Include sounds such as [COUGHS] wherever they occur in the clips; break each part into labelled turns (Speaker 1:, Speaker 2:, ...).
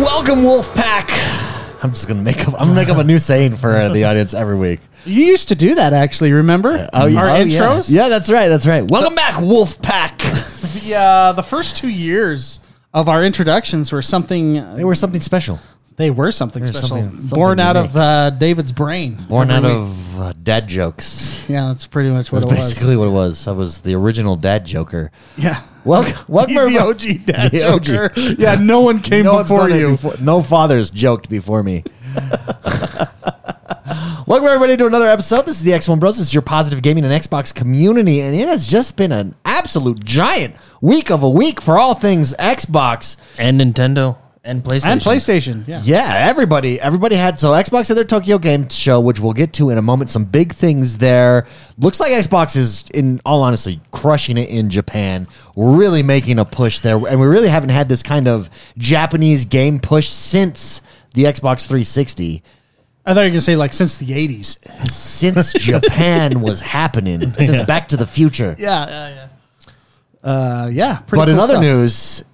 Speaker 1: Welcome, Wolfpack. I'm just gonna make up. I'm gonna make up a new saying for uh, the audience every week.
Speaker 2: You used to do that actually. Remember
Speaker 1: yeah.
Speaker 2: our
Speaker 1: Oh, yeah.
Speaker 2: intros?
Speaker 1: Yeah. that's right. That's right. Welcome back,
Speaker 2: [LAUGHS]
Speaker 1: Wolfpack.
Speaker 2: The, uh, the first two years of our introductions were something.
Speaker 1: they were something special,
Speaker 2: They were something
Speaker 1: There's
Speaker 2: special,
Speaker 1: something- something
Speaker 2: born out of
Speaker 1: unique.
Speaker 2: uh, David's brain.
Speaker 1: born out
Speaker 2: Every week.
Speaker 1: of uh, dad jokes.
Speaker 2: Yeah, that's pretty much what
Speaker 1: That's
Speaker 2: it was.
Speaker 1: basically what it was. I was the original dad joker.
Speaker 2: [LAUGHS]
Speaker 1: [LAUGHS]
Speaker 2: Yeah.
Speaker 1: Welcome, welcome,
Speaker 2: He's [LAUGHS] the
Speaker 1: everyone-
Speaker 2: OG dad
Speaker 1: [LAUGHS] The OG.
Speaker 2: joker. Yeah, no one came
Speaker 1: No one's
Speaker 2: before
Speaker 1: done it
Speaker 2: you.
Speaker 1: before- no fathers joked before me. [LAUGHS] Welcome everybody to another episode. This is the X1 Bros. This is your positive gaming and Xbox community, and it has just been an absolute giant week of a week for all things Xbox.
Speaker 3: and Nintendo and PlayStation.
Speaker 2: And PlayStation. Yeah.
Speaker 1: Yeah, everybody, everybody had so Xbox had their Tokyo Game Show, which we'll get to in a moment. Some big things there. Looks like Xbox is, in all honesty, crushing it in Japan. Really making a push there, and we really haven't had this kind of Japanese game push since the Xbox 360.
Speaker 2: I thought you were going to say, like, since the 80s.
Speaker 1: Since Japan was happening, since Back to the Future.
Speaker 2: Yeah, yeah, yeah. Uh, yeah. pretty
Speaker 1: But in
Speaker 2: cool
Speaker 1: other
Speaker 2: stuff.
Speaker 1: news,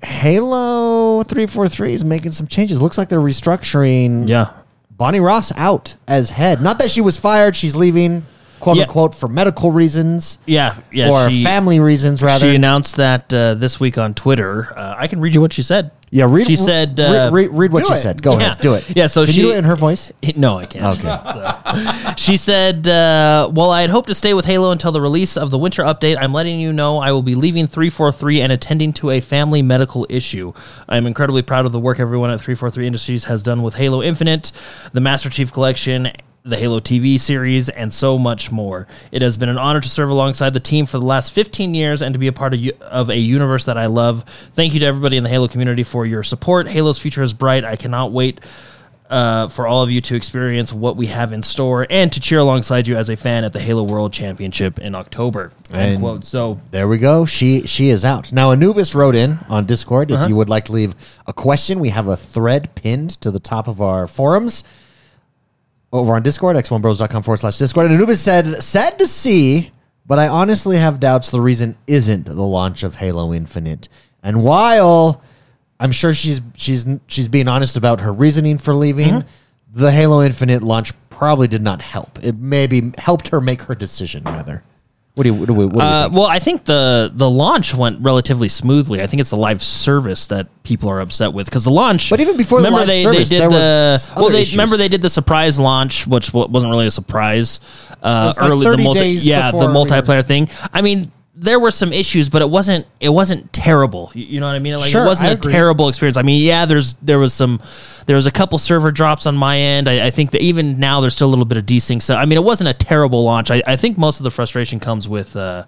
Speaker 1: Halo 343 is making some changes. Looks like they're restructuring
Speaker 3: Yeah.
Speaker 1: Bonnie Ross out as head. Not that she was fired; she's leaving, quote
Speaker 3: Yeah.
Speaker 1: unquote, for medical reasons
Speaker 3: Yeah. Yeah.
Speaker 1: or family reasons, rather.
Speaker 3: She announced that uh, this week on Twitter. Uh, I can read you what she said.
Speaker 1: yeah, read.
Speaker 3: She said. Uh,
Speaker 1: re- re- read what
Speaker 2: do
Speaker 1: she
Speaker 2: it.
Speaker 1: said. Go
Speaker 3: Yeah.
Speaker 1: ahead, do it.
Speaker 3: Yeah, so
Speaker 1: Can
Speaker 3: she-
Speaker 1: you do it in her voice.
Speaker 3: [LAUGHS] no, I can't.
Speaker 1: Okay.
Speaker 3: So, she said, uh, "While I had hoped to stay with Halo until the release of the winter update, I'm letting you know I will be leaving 343 and attending to a family medical issue. I am incredibly proud of the work everyone at 343 Industries has done with Halo Infinite, the Master Chief Collection." The Halo TV series, and so much more. It has been an honor to serve alongside the team for the last 15 years and to be a part of, u- of a universe that I love. Thank you to everybody in the Halo community for your support. Halo's future is bright. I cannot wait uh, for all of you to experience what we have in store and to cheer alongside you as a fan at the Halo World Championship in October. End
Speaker 1: And-
Speaker 3: quote. So
Speaker 1: There we go. She she is out now. Anubis wrote in on Discord. If you would like to leave a question, we have a thread pinned to the top of our forums over on Discord, x1bros.com forward slash Discord. And Anubis said, "Sad to see, but I honestly have doubts. The reason isn't the launch of Halo Infinite, and while I'm sure she's she's she's being honest about her reasoning for leaving." The Halo Infinite launch probably did not help. It maybe helped her make her decision, rather. What do you, what do, we- what do you
Speaker 3: Uh,
Speaker 1: think?
Speaker 3: well, I think the the launch went relatively smoothly. I think it's the live service that people are upset with because the launch.
Speaker 1: But even before the live service, there was
Speaker 3: well,
Speaker 1: other
Speaker 3: they
Speaker 1: issues.
Speaker 3: remember they did the surprise launch, which wa- wasn't really a surprise. Uh,
Speaker 2: was like 30 days
Speaker 3: yeah, the
Speaker 2: before we were-
Speaker 3: multiplayer thing. I mean. There were some issues, but it wasn't it wasn't terrible. You, you know what I mean? Like
Speaker 2: Sure,
Speaker 3: it wasn't
Speaker 2: I
Speaker 3: a
Speaker 2: agree.
Speaker 3: terrible experience. I mean, yeah, there's there was some there was a couple server drops on my end. I, I think that even now there's still a little bit of desync. So I mean, it wasn't a terrible launch. I, I think most of the frustration comes with uh,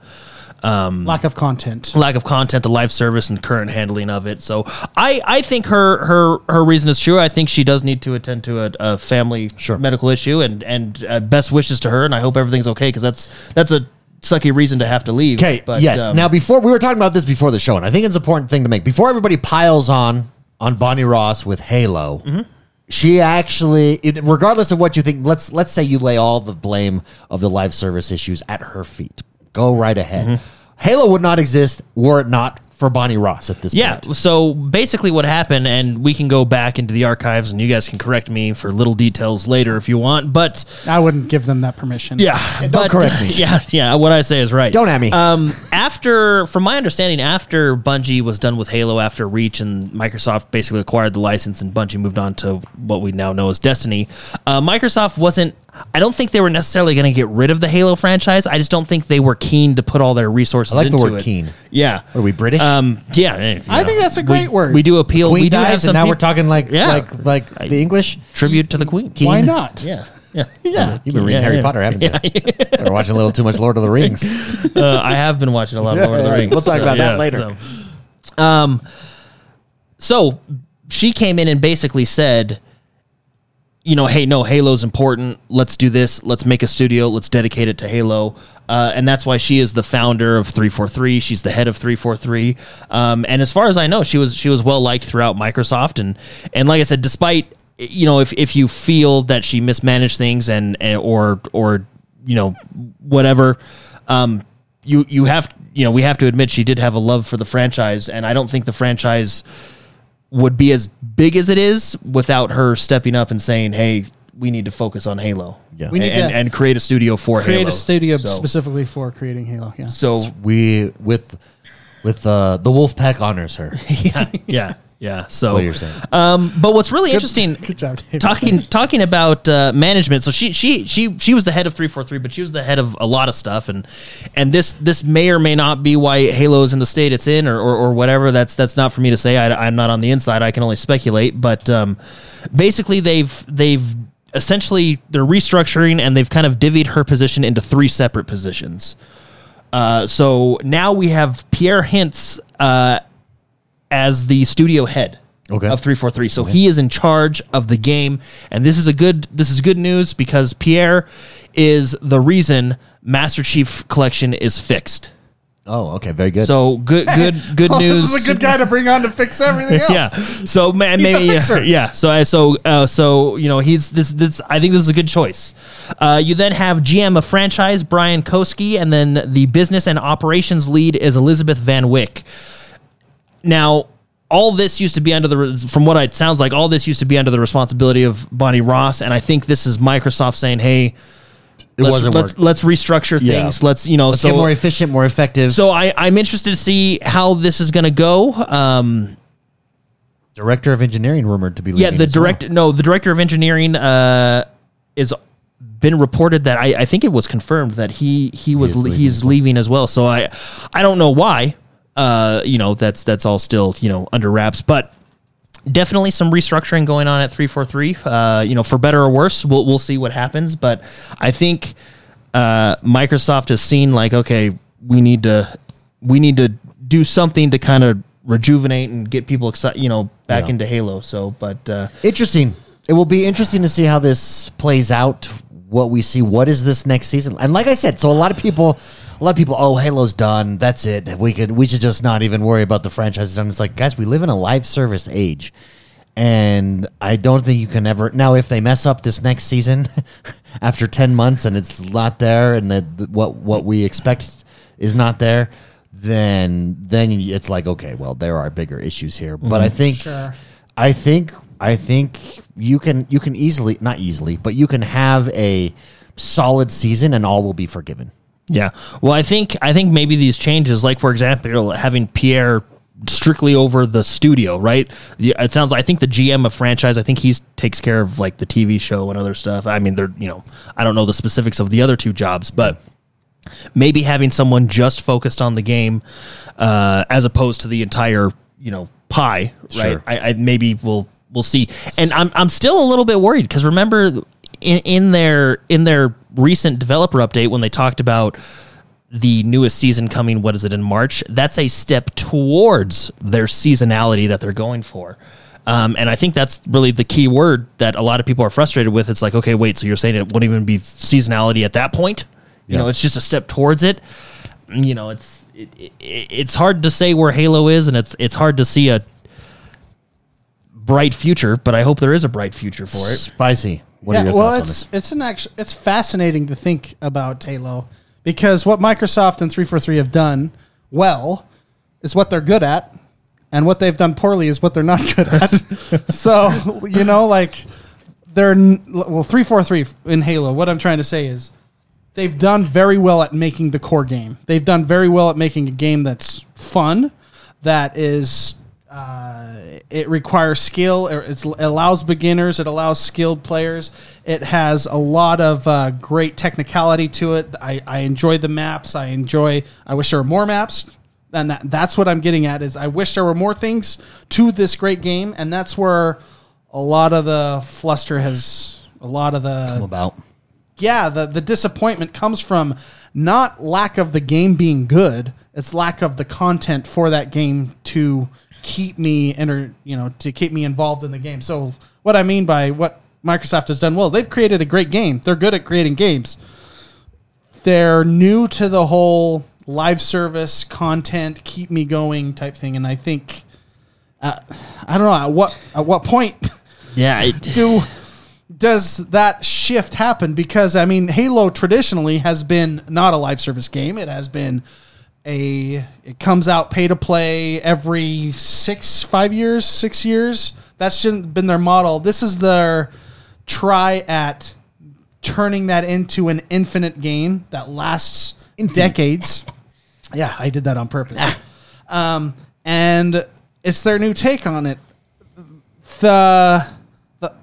Speaker 2: Lack of content.
Speaker 3: lack of content, the live service, and current handling of it. So I, I think her her her reason is true. I think she does need to attend to a, a family
Speaker 1: Sure.
Speaker 3: medical issue, and and uh, best wishes to her. And I hope everything's okay because that's that's a sucky reason to have to leave.
Speaker 1: Okay. yes.
Speaker 3: um,
Speaker 1: now, before we were talking about this before the show, and I think it's an important thing to make. Before everybody piles on on Bonnie Ross with Halo,
Speaker 3: Mm-hmm.
Speaker 1: she actually, it, regardless of what you think, let's let's say you lay all the blame of the live service issues at her feet. Go right ahead.
Speaker 3: Mm-hmm.
Speaker 1: Halo would not exist were it not for Bonnie Ross at this
Speaker 3: Yeah.
Speaker 1: point.
Speaker 3: So basically, what happened, and we can go back into the archives, and you guys can correct me for little details later if you want. But
Speaker 2: I wouldn't give them that permission.
Speaker 3: Yeah,
Speaker 1: don't
Speaker 3: [LAUGHS]
Speaker 1: correct me.
Speaker 3: Yeah, yeah, what I say is right.
Speaker 1: Don't at me.
Speaker 3: Um, after, from my understanding, after Bungie was done with Halo, after Reach and Microsoft basically acquired the license, and Bungie moved on to what we now know as Destiny, uh, Microsoft wasn't. I don't think they were necessarily going to get rid of the Halo franchise. I just don't think they were keen to put all their resources.
Speaker 1: I like the
Speaker 3: into
Speaker 1: word
Speaker 3: it.
Speaker 1: keen.
Speaker 3: Yeah.
Speaker 1: Are we British?
Speaker 3: Um, yeah. eh, you
Speaker 2: I
Speaker 3: know,
Speaker 2: think that's a
Speaker 3: we-
Speaker 2: great word.
Speaker 3: We do appeal.
Speaker 1: Queen
Speaker 3: we do
Speaker 1: dies,
Speaker 3: have some
Speaker 1: and now
Speaker 3: peop-
Speaker 1: we're talking like
Speaker 3: Yeah.
Speaker 1: like like the English.
Speaker 3: tribute
Speaker 1: [LAUGHS]
Speaker 3: to the Queen.
Speaker 2: Why not?
Speaker 3: Yeah. Yeah.
Speaker 2: Yeah.
Speaker 1: You've been reading
Speaker 3: Yeah,
Speaker 1: Harry
Speaker 3: [LAUGHS] yeah.
Speaker 1: Potter, haven't you? Or watching a little too much Lord of the Rings.
Speaker 3: uh, I have been watching a lot of Lord of the
Speaker 1: Yeah, [LAUGHS]
Speaker 3: Rings.
Speaker 1: we'll talk about that later.
Speaker 3: Um, so she came in and basically said, you know, hey, no, Halo's important. Let's do this. Let's make a studio. Let's dedicate it to Halo. Uh, and that's why she is the founder of 343. She's the head of 343. Um, and as far as I know, she was she was well liked throughout Microsoft. And and like I said, despite you know, if if you feel that she mismanaged things and, and or or you know whatever, um, you you have you know we have to admit she did have a love for the franchise, and I don't think the franchise would be as big as it is without her stepping up and saying, "Hey, we need to focus on Halo."
Speaker 1: Yeah.
Speaker 2: We need
Speaker 3: and,
Speaker 2: to
Speaker 3: and create a studio for
Speaker 2: create
Speaker 3: Halo.
Speaker 2: a studio
Speaker 3: So-
Speaker 2: specifically for creating Halo. Yeah. [LAUGHS]
Speaker 3: So
Speaker 1: we with with uh, the Wolfpack honors her.
Speaker 3: yeah, yeah, yeah. So
Speaker 1: what you're
Speaker 3: [LAUGHS]
Speaker 1: saying.
Speaker 3: Um, but what's really interesting,
Speaker 2: good job, David. [LAUGHS]
Speaker 3: [LAUGHS] talking talking about uh, management. So she she she she was the head of three four three, but she was the head of a lot of stuff, and and this this may or may not be why Halo is in the state it's in, or or, or whatever. That's that's not for me to say. I, I'm not on the inside. I can only speculate. But um, basically, they've they've essentially they're restructuring and they've kind of divvied her position into three separate positions. Uh, so now we have Pierre Hintz uh, as the studio head
Speaker 1: Okay.
Speaker 3: of 343. So he is in charge of the game, and this is a good this is good news because Pierre is the reason Master Chief Collection is fixed.
Speaker 1: Oh, okay, very good.
Speaker 3: So good
Speaker 2: [LAUGHS]
Speaker 3: good good news.
Speaker 2: Oh, This is a good guy to bring on to fix everything else.
Speaker 3: [LAUGHS] yeah. So man,
Speaker 2: He's a
Speaker 3: [LAUGHS] maybe yeah,
Speaker 2: fixer.
Speaker 3: yeah. So I- so uh, so you know he's this this. I think this is a good choice. Uh, you then have GM of franchise Brian Koski, and then the business and operations lead is Elizabeth Van Wyck. Now, all this used to be under the, re- from what it sounds like, all this used to be under the responsibility of Bonnie Ross, and I think this is Microsoft saying, "Hey,
Speaker 1: it
Speaker 3: let's,
Speaker 1: wasn't
Speaker 3: let's,
Speaker 1: working.
Speaker 3: let's restructure
Speaker 1: Yeah.
Speaker 3: things. Let's you know,
Speaker 1: Let's
Speaker 3: so
Speaker 1: get more efficient, more effective.
Speaker 3: so I I'm interested to see how this is going to go. Um,
Speaker 1: director of engineering rumored to be
Speaker 3: yeah
Speaker 1: leaving
Speaker 3: the
Speaker 1: as well.
Speaker 3: director no the director of engineering uh is been reported that I, I think it was confirmed that he he was
Speaker 1: is
Speaker 3: le-
Speaker 1: leaving
Speaker 3: he's leaving as well so i i don't know why uh you know that's that's all still you know under wraps but definitely some restructuring going on at 343 uh you know for better or worse we'll we'll see what happens but i think uh microsoft has seen like okay we need to we need to do something to kind of rejuvenate and get people excited you know back
Speaker 1: Yeah.
Speaker 3: into halo so but uh
Speaker 1: Interesting. It will be interesting to see how this plays out. What we see. What is this next season? And like I said, so a lot of people, a lot of people. Oh, Halo's done. That's it. We could. We should just not even worry about the franchise. And it's like, guys, we live in a live service age, and I don't think you can ever. Now, if they mess up this next season, [LAUGHS] after ten months, and it's not there, and the, the- what what we expect is not there, then then it's like, okay, well, there are bigger issues here. But I think.
Speaker 2: Sure.
Speaker 1: I think I think you can you can easily not easily, but you can have a solid season and all will be forgiven.
Speaker 3: Yeah. Well, I think I think maybe these changes, like for example, having Pierre strictly over the studio, right? Yeah, It sounds. I think the GM of franchise. I think he's takes care of like the TV show and other stuff. I mean, they're you know, I don't know the specifics of the other two jobs, but maybe having someone just focused on the game uh, as opposed to the entire you know pie right
Speaker 1: Sure.
Speaker 3: I, I maybe we'll we'll see and i'm i'm still a little bit worried because remember in, in their in their recent developer update when they talked about the newest season coming what is it in march that's a step towards their seasonality that they're going for um, and I think that's really the key word that a lot of people are frustrated with. It's like, okay, wait, so you're saying it won't even be seasonality at that point? You know,
Speaker 1: Yeah.
Speaker 3: it's just a step towards it. You know, it's it, it, it's hard to say where Halo is, and it's it's hard to see a bright future. But I hope there is a bright future for it.
Speaker 1: Spicy. What are
Speaker 2: yeah,
Speaker 1: your
Speaker 2: well,
Speaker 1: thoughts on
Speaker 2: it's
Speaker 1: this?
Speaker 2: it's an act- it's fascinating to think about Halo because what Microsoft and 343 have done well is what they're good at, and what they've done poorly is what they're not good at.
Speaker 3: [LAUGHS]
Speaker 2: so you know, like they're n- well 343 in Halo. What I'm trying to say is they've done very well at making the core game. They've done very well at making a game that's fun, that is. Uh, it requires skill. or it's- It allows beginners. It allows skilled players. It has a lot of uh, great technicality to it. I, I enjoy the maps. I enjoy. I wish there were more maps and that that's what I'm getting at is I wish there were more things to this great game, and that's where a lot of the fluster has a lot of the
Speaker 1: about
Speaker 2: yeah the the disappointment comes from not lack of the game being good, it's lack of the content for that game to keep me enter you know to keep me involved in the game. So what I mean by what Microsoft has done well, they've created a great game. They're good at creating games they're new to the whole live service content keep me going type thing and i think uh, i don't know at what at what point [LAUGHS]
Speaker 3: Yeah,
Speaker 2: do does that shift happen because i mean halo traditionally has been not a live service game it has been a it comes out pay to play every six five years six years that's just been their model this is their try at turning that into an infinite game that lasts decades yeah i did that on purpose um, and it's their new take on it the the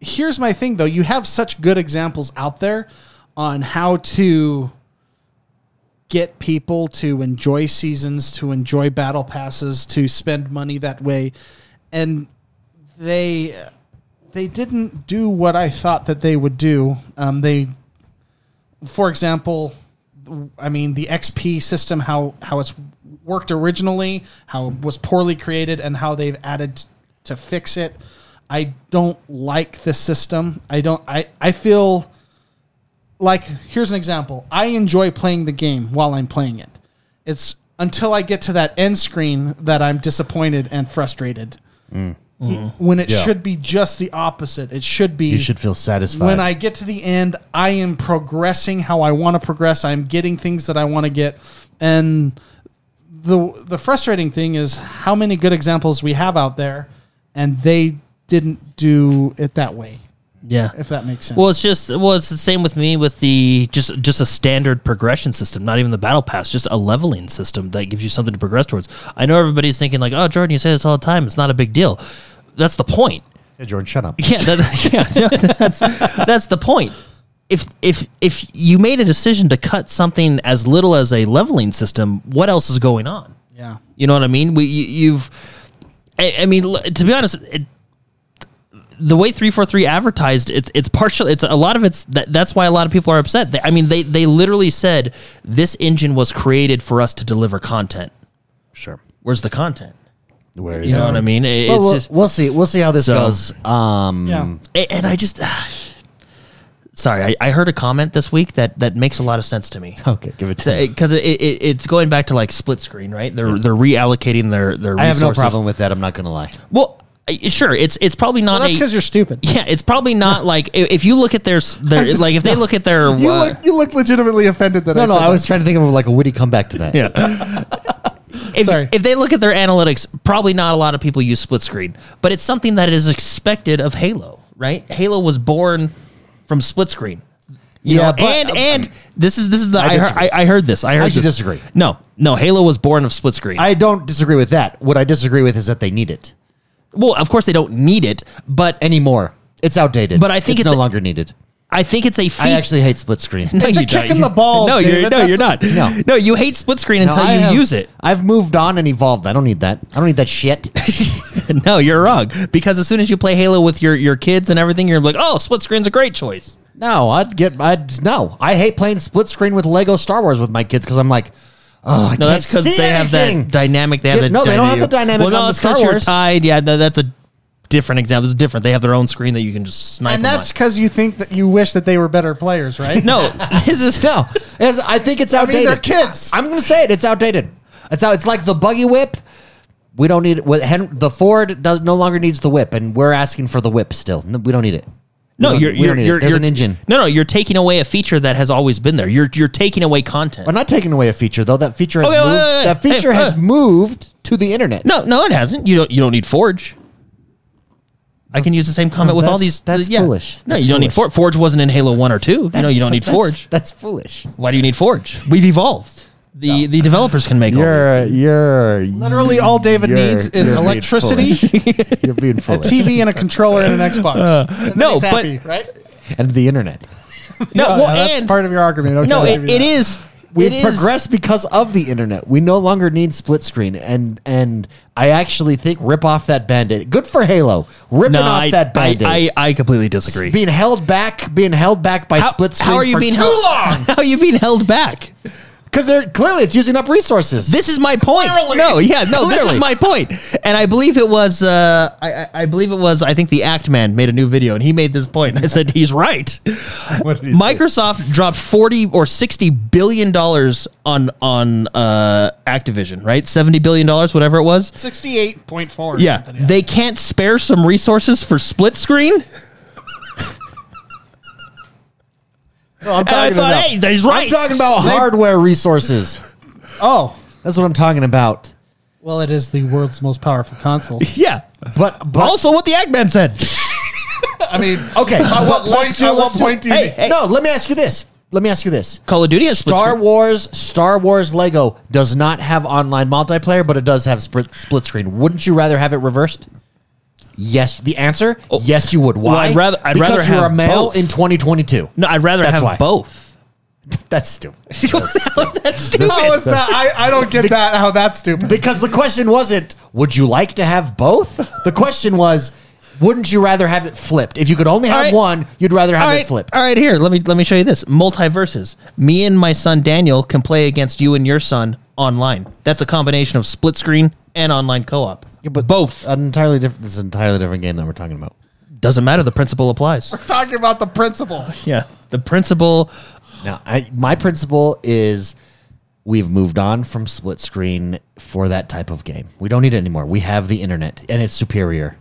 Speaker 2: here's my thing though you have such good examples out there on how to get people to enjoy seasons, to enjoy battle passes, to spend money that way, and they they didn't do what I thought that they would do. Um, they, for example, I mean the XP system, how how it's worked originally, how it was poorly created, and how they've added to fix it. I don't like this system. I don't. I I feel like here's an example i enjoy playing the game while i'm playing it it's until i get to that end screen that i'm disappointed and frustrated when it
Speaker 1: Yeah.
Speaker 2: should be just the opposite it should be
Speaker 1: You should feel satisfied.
Speaker 2: when I get to the end, I am progressing how I want to progress. I'm getting things that I want to get, and the the frustrating thing is how many good examples we have out there, and they didn't do it that way.
Speaker 3: Yeah.
Speaker 2: If that makes sense.
Speaker 3: Well, it's just well, it's the same with me with the just just a standard progression system, not even the battle pass, just a leveling system that gives you something to progress towards. I know everybody's thinking like, "Oh, Jordan, you say this all the time. It's not a big deal." That's the point.
Speaker 1: Hey, Jordan, shut [LAUGHS] up.
Speaker 3: [LAUGHS] Yeah, that, yeah, yeah, that's that's the point. If if if you made a decision to cut something as little as a leveling system, what else is going on?
Speaker 2: yeah.
Speaker 3: You know what I mean? We you, you've, I, I mean, l- to be honest, it, the way three four three advertised, it's it's partial. It's a lot of it's that, that's why a lot of people are upset. They, I mean, they they literally said this engine was created for us to deliver content.
Speaker 1: Sure.
Speaker 3: Where's the content?
Speaker 1: Where
Speaker 3: You know what I mean? It-
Speaker 1: Well,
Speaker 3: it's
Speaker 1: we'll,
Speaker 3: just,
Speaker 1: we'll see. We'll see how this
Speaker 3: So-
Speaker 1: goes. Um,
Speaker 2: Yeah.
Speaker 3: A- and I just uh, sorry, I, I heard a comment this week that that makes a lot of sense to me.
Speaker 2: [LAUGHS]
Speaker 1: Okay, give it to me.
Speaker 3: Because it, it, it's going back to like split screen, right? They're they're reallocating their their. Resources.
Speaker 1: I have no problem with that. I'm not going to lie.
Speaker 3: Well, I- sure, it's it's probably not
Speaker 2: Well, that's
Speaker 3: a-
Speaker 2: because you're stupid.
Speaker 3: [LAUGHS] Yeah, it's probably not like i- if you look at their s-
Speaker 2: [LAUGHS]
Speaker 3: their
Speaker 2: just-
Speaker 3: like if they look at their
Speaker 2: You
Speaker 3: uh,
Speaker 2: look you look legitimately offended that
Speaker 1: No,
Speaker 2: I
Speaker 1: no,
Speaker 2: said
Speaker 1: I was
Speaker 2: that.
Speaker 1: trying to think of like a witty comeback [LAUGHS] to that.
Speaker 3: if,
Speaker 2: Sorry.
Speaker 3: if they look at their analytics, probably not a lot of people use split screen, but it's something that is expected of Halo, right? Halo was born from split screen. You
Speaker 1: Yeah,
Speaker 3: know,
Speaker 1: but- um,
Speaker 3: and and this is this is the I, heard,
Speaker 1: disagree.
Speaker 3: I, I heard this I heard
Speaker 1: actually
Speaker 3: this.
Speaker 1: disagree.
Speaker 3: No, no, Halo was born of split screen.
Speaker 1: I don't disagree with that. What I disagree with is that they need it
Speaker 3: well, of course they don't need it, but
Speaker 1: anymore. It's outdated.
Speaker 3: But I think
Speaker 1: it's,
Speaker 3: it's
Speaker 1: no
Speaker 3: a-
Speaker 1: longer needed.
Speaker 3: I think it's a feat.
Speaker 1: I actually hate split screen. [LAUGHS]
Speaker 3: no,
Speaker 2: It's a
Speaker 3: you don't.
Speaker 2: kick in the balls,
Speaker 3: No, you're
Speaker 2: David.
Speaker 3: no,
Speaker 2: That's
Speaker 3: you're
Speaker 2: a-
Speaker 3: not.
Speaker 1: No.
Speaker 3: no, you hate split screen until
Speaker 1: I
Speaker 3: you
Speaker 1: have-
Speaker 3: use it. [LAUGHS]
Speaker 1: I've moved on and evolved. I don't need that. I don't need that shit.
Speaker 3: no, you're wrong. Because as soon as you play Halo with your, your kids and everything, you're like, oh, split screen's a great choice.
Speaker 1: no, I'd get. I'd no. I hate playing split screen with Lego Star Wars with my kids because I'm like, oh, I
Speaker 3: No, that's
Speaker 1: because
Speaker 3: because they have that dynamic. They have
Speaker 1: Yeah,
Speaker 3: that
Speaker 1: no, they don't have the dynamic
Speaker 3: Well, no,
Speaker 1: on the
Speaker 3: it's
Speaker 1: Star
Speaker 3: 'cause you're
Speaker 1: Wars.
Speaker 3: tied. Yeah, tha- that's a different example. It's different. They have their own screen that you can just snipe.
Speaker 2: and
Speaker 3: them
Speaker 1: [LAUGHS]
Speaker 2: that's
Speaker 3: on.
Speaker 2: because you think that you wish that they were better players, right?
Speaker 3: [LAUGHS] no. This
Speaker 1: [LAUGHS]
Speaker 3: is
Speaker 1: No, it's- I think it's
Speaker 2: mean,
Speaker 1: outdated.
Speaker 2: they're kids.
Speaker 1: I'm gonna say it. It's outdated. It's out. It's like the buggy whip. We don't need it. What Hen- The Ford does no longer needs the whip, and we're asking for the whip still. No, we don't need it.
Speaker 3: No,
Speaker 1: We don't-
Speaker 3: you're,
Speaker 1: we
Speaker 3: you're,
Speaker 1: don't need it.
Speaker 3: you're
Speaker 1: There's
Speaker 3: you're-
Speaker 1: an engine.
Speaker 3: No, no, you're taking away a feature that has always been there. You're you're taking away content.
Speaker 1: We're not taking away a feature though. That feature has
Speaker 3: Okay, wait,
Speaker 1: moved.
Speaker 3: wait, wait.
Speaker 1: That feature
Speaker 3: Hey,
Speaker 1: has
Speaker 3: uh,
Speaker 1: moved to the internet.
Speaker 3: No, no, it hasn't. You don't. You don't need Forge. I can use the same
Speaker 1: No,
Speaker 3: comment with all
Speaker 1: that's-
Speaker 3: these.
Speaker 1: that's
Speaker 3: yeah.
Speaker 1: foolish.
Speaker 3: No,
Speaker 1: That's
Speaker 3: you don't need
Speaker 1: foolish.
Speaker 3: Forge. Forge wasn't in Halo One or Two. You know, you don't need
Speaker 1: That's-
Speaker 3: Forge.
Speaker 1: That's foolish.
Speaker 3: Why do you need Forge? We've evolved. The the developers can make all
Speaker 1: You're you're
Speaker 2: Literally, all David needs is electricity,
Speaker 1: [LAUGHS] You're being
Speaker 2: a
Speaker 1: foolish,
Speaker 2: TV, and a controller and an
Speaker 3: [LAUGHS]
Speaker 2: Xbox. And then
Speaker 3: Uh, no,
Speaker 2: he's
Speaker 3: but-
Speaker 2: happy, right?
Speaker 1: and the internet.
Speaker 3: these. No,
Speaker 2: Yeah,
Speaker 3: well,
Speaker 2: that's
Speaker 3: and
Speaker 2: part of your argument. Okay,
Speaker 3: no,
Speaker 2: I'll
Speaker 3: it,
Speaker 2: give you
Speaker 3: it
Speaker 2: that.
Speaker 3: is.
Speaker 1: We've
Speaker 3: it is-
Speaker 1: progressed because of the internet. We no longer need split screen, and and I actually think rip off that band-aid. Good for Halo, ripping
Speaker 3: No,
Speaker 1: off
Speaker 3: I,
Speaker 1: that
Speaker 3: I,
Speaker 1: band-aid.
Speaker 3: I, I completely disagree.
Speaker 1: being held back, being held back by
Speaker 3: how,
Speaker 1: split screen.
Speaker 3: how are you
Speaker 1: for
Speaker 3: being
Speaker 1: too
Speaker 3: held?
Speaker 1: long?
Speaker 3: [LAUGHS] How are you being held back?
Speaker 1: Because they're clearly it's using up resoururces.
Speaker 3: This is my point. No, yeah, no, this
Speaker 1: Clearly.
Speaker 3: is my point. And I believe it was, uh, I, I- I believe it was, I think the Act Man made a new video and he made this point. I said, [LAUGHS] he's right. Microsoft dropped 40 or 60 billion dollars on, on, uh, Activision, right? 70 billion dollars, whatever it was.
Speaker 2: 68.4. or
Speaker 3: Yeah.
Speaker 2: something,
Speaker 3: They can't spare some resources for split screen.
Speaker 1: No, I'm
Speaker 3: And I
Speaker 1: talking
Speaker 3: thought,
Speaker 1: about-
Speaker 3: hey, he's right.
Speaker 1: I'm talking about hardware resources.
Speaker 2: Oh,
Speaker 1: That's what I'm talking about.
Speaker 2: well, it is the world's most powerful console.
Speaker 3: Yeah.
Speaker 1: But, but
Speaker 3: Also, what the Eggman said.
Speaker 2: [LAUGHS] I mean, oh,
Speaker 1: okay. At
Speaker 2: what point do you- at what point do you-
Speaker 1: Hey, hey. No, let me ask you this. Let me ask you this.
Speaker 3: Call of Duty has split
Speaker 1: Star
Speaker 3: screen.
Speaker 1: Wars. Star Wars Lego does not have online multiplayer, but it does have split, split screen. Wouldn't you rather have it reversed? Yes. The answer: Yes, you would. Why?
Speaker 3: Oh. I'd rather- I'd
Speaker 1: because
Speaker 3: rather
Speaker 1: you're
Speaker 3: have
Speaker 1: a male
Speaker 3: both.
Speaker 1: in 2022.
Speaker 3: No, I'd rather
Speaker 1: That's
Speaker 3: have
Speaker 1: why.
Speaker 3: both.
Speaker 1: That's [LAUGHS] stupid.
Speaker 3: That's stupid.
Speaker 2: how is that? I, I don't get [LAUGHS] that. How that's stupid.
Speaker 1: Because the question wasn't, would you like to have both? The question was, wouldn't you rather have it flipped? If you could only have
Speaker 3: All right.
Speaker 1: one, you'd rather have
Speaker 3: All
Speaker 1: it
Speaker 3: right,
Speaker 1: flipped.
Speaker 3: all right, here. Let me let me show you this. Multiverses. Me and my son Daniel can play against you and your son online. That's a combination of split screen and online co-op. but both
Speaker 1: An entirely different. This is an entirely different game that we're talking about.
Speaker 3: doesn't matter. The principle applies.
Speaker 2: Talking about the principle.
Speaker 3: yeah, the principle.
Speaker 1: Now, I, my principle is we've moved on from split screen for that type of game. We don't need it anymore. We have the internet, and it's superior.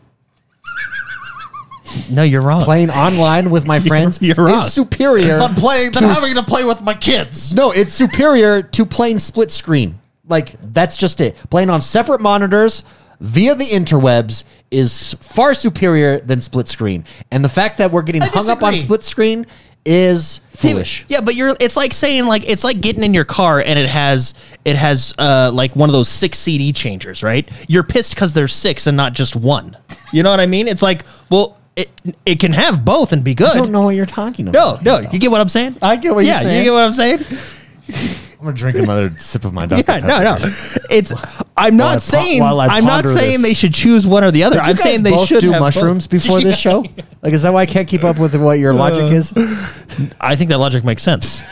Speaker 3: No, you're wrong.
Speaker 1: Playing online with my friends
Speaker 3: you're wrong.
Speaker 1: is superior.
Speaker 2: I'm playing than
Speaker 1: to-
Speaker 2: having to play with my kids.
Speaker 1: No, it's superior to playing split screen. Like that's just it. Playing on separate monitors via the interwebs is far superior than split screen. And the fact that we're getting hung up on
Speaker 2: disagree.
Speaker 1: split screen is foolish.
Speaker 3: Yeah, but you're. It's like saying like it's like getting in your car and it has it has uh like one of those six CD changers, right? You're pissed because there's six and not just one. You know what I mean? It's like well, it it can have both and be good.
Speaker 1: I don't know what you're talking
Speaker 3: No,
Speaker 1: about.
Speaker 3: no, you get what I'm saying.
Speaker 2: I get what you're
Speaker 3: yeah,
Speaker 2: saying.
Speaker 3: you get what I'm saying.
Speaker 1: I'm gonna drink another sip of my Dr.
Speaker 3: Yeah, no, no. It's
Speaker 1: While
Speaker 3: I'm
Speaker 1: I
Speaker 3: not
Speaker 1: po-
Speaker 3: saying
Speaker 1: while I
Speaker 3: I'm not
Speaker 1: ponder
Speaker 3: saying
Speaker 1: this.
Speaker 3: they should choose one or the other.
Speaker 1: Did you
Speaker 3: I'm
Speaker 1: guys
Speaker 3: saying they
Speaker 1: both
Speaker 3: should
Speaker 1: do
Speaker 3: have both.
Speaker 1: mushrooms
Speaker 3: [LAUGHS]
Speaker 1: before this show. Like, is that why I can't keep up with what your logic is?
Speaker 3: Uh. I think that logic makes
Speaker 1: [LAUGHS]
Speaker 3: sense.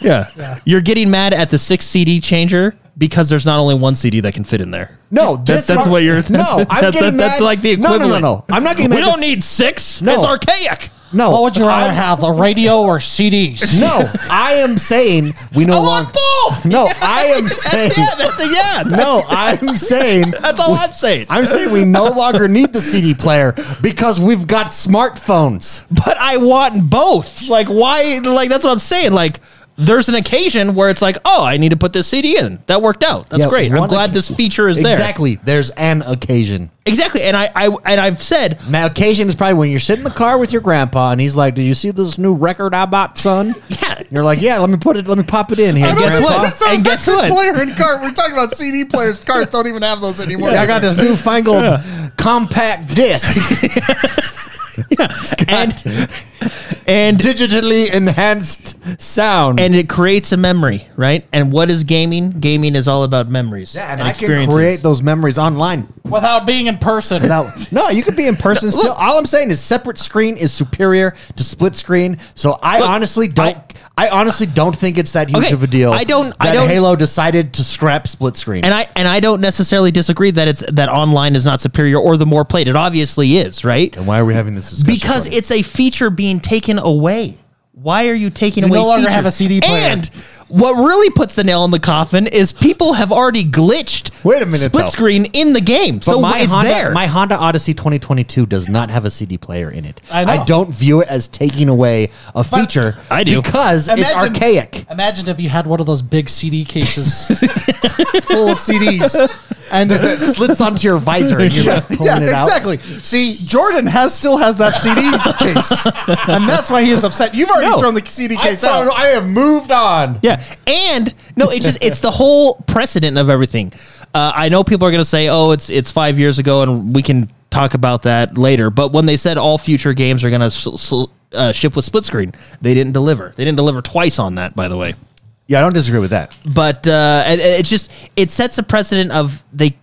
Speaker 3: yeah. you're getting mad at the six CD changer because there's not only one CD that can fit in there.
Speaker 1: No,
Speaker 3: That-
Speaker 1: this
Speaker 3: that's
Speaker 1: are-
Speaker 3: what you're.
Speaker 1: [LAUGHS] No, I'm
Speaker 3: that's,
Speaker 1: getting
Speaker 3: that's
Speaker 1: mad-
Speaker 3: like the
Speaker 1: No, no, no,
Speaker 3: equivalent.
Speaker 1: no. I'm not getting
Speaker 3: We
Speaker 1: mad
Speaker 3: don't
Speaker 1: this-
Speaker 3: need six.
Speaker 1: No.
Speaker 3: It's archaic.
Speaker 1: No,
Speaker 4: What would you rather
Speaker 1: I'm-
Speaker 4: have, a radio or CDs?
Speaker 1: [LAUGHS] No, I am saying we no longer.
Speaker 3: [LAUGHS]
Speaker 1: No, [LAUGHS] I am saying.
Speaker 3: That's, yeah, that's a, yeah. That's,
Speaker 1: No, I'm saying.
Speaker 3: that's all I'm saying.
Speaker 1: I'm saying we no longer need the CD player because we've got smartphones.
Speaker 3: but I want both. Like, why? Like, that's what I'm saying. Like, there's an occasion where it's like, oh, I need to put this CD in. That worked out. That's
Speaker 1: Yeah,
Speaker 3: great. I'm
Speaker 1: one
Speaker 3: glad
Speaker 1: occa-
Speaker 3: this feature is there.
Speaker 1: Exactly. There's an occasion.
Speaker 3: Exactly. And I, I, and I've said,
Speaker 1: Now, occasion is probably when you're sitting in the car with your grandpa and he's like, "Did you see this new record I bought, son?"
Speaker 3: [LAUGHS] Yeah.
Speaker 1: And you're like, "Yeah, let me put it. Let me pop it in here."
Speaker 3: and guess
Speaker 1: grandpa."
Speaker 3: what? And guess what?
Speaker 2: Player in cart. We're talking about CD players. Carts don't even have those anymore.
Speaker 1: I got this newfangled compact
Speaker 3: [LAUGHS]
Speaker 1: disc,
Speaker 3: And, and,
Speaker 1: digitally enhanced sound.
Speaker 3: [LAUGHS] and it creates a memory, right? And what is gaming? Gaming is all about memories.
Speaker 1: Yeah, and I can
Speaker 3: experiences.
Speaker 1: create those memories online.
Speaker 4: Without being in person.
Speaker 1: Without, no, you could be in person still. All I'm saying is separate screen is superior to split screen. So I
Speaker 3: Look,
Speaker 1: honestly don't. I, honestly don't think it's that huge
Speaker 3: Okay,
Speaker 1: of a deal.
Speaker 3: I don't- I
Speaker 1: That
Speaker 3: don't-
Speaker 1: Halo decided to scrap split screen.
Speaker 3: And I and I don't necessarily disagree that it's that online is not superior or the more played. It obviously is, right?
Speaker 1: why are we having this discussion?
Speaker 3: because
Speaker 1: Jordan?
Speaker 3: it's a feature being taken away. Why are you taking away?
Speaker 4: no longer have
Speaker 3: features?
Speaker 4: a CD player.
Speaker 3: And what really puts the nail in the coffin is people have already glitched.
Speaker 1: Wait a minute,
Speaker 3: split
Speaker 1: though.
Speaker 3: screen in the game,
Speaker 1: But
Speaker 3: so
Speaker 1: my
Speaker 3: it's
Speaker 1: Honda,
Speaker 3: there.
Speaker 1: My Honda Odyssey 2022 does not have a CD player in it.
Speaker 4: I know.
Speaker 1: I don't view it as taking away a feature.
Speaker 3: I do.
Speaker 1: because it's
Speaker 4: Imagine-
Speaker 1: archaic.
Speaker 4: Imagine if you had one of those big CD
Speaker 2: [LAUGHS]
Speaker 4: cases.
Speaker 2: full of CDs. [LAUGHS] And
Speaker 1: It slits onto your visor and
Speaker 3: [LAUGHS]
Speaker 1: you're like pulling
Speaker 2: yeah,
Speaker 1: it out.
Speaker 2: exactly. See, Jordan has still has that CD case, and that's why he was upset. You've already
Speaker 3: No.
Speaker 2: thrown the CD case out.
Speaker 1: I have moved on.
Speaker 3: [LAUGHS] yeah, and no, it's just it's the whole precedent of everything. Uh, I know people are going to say, "Oh, it's it's five years ago," and we can talk about that later. But when they said all future games are going to s- s- uh, ship with split screen, they didn't deliver. They didn't deliver twice on that, by the way.
Speaker 1: Yeah, I don't disagree with that.
Speaker 3: but uh, it, it just it sets a precedent of they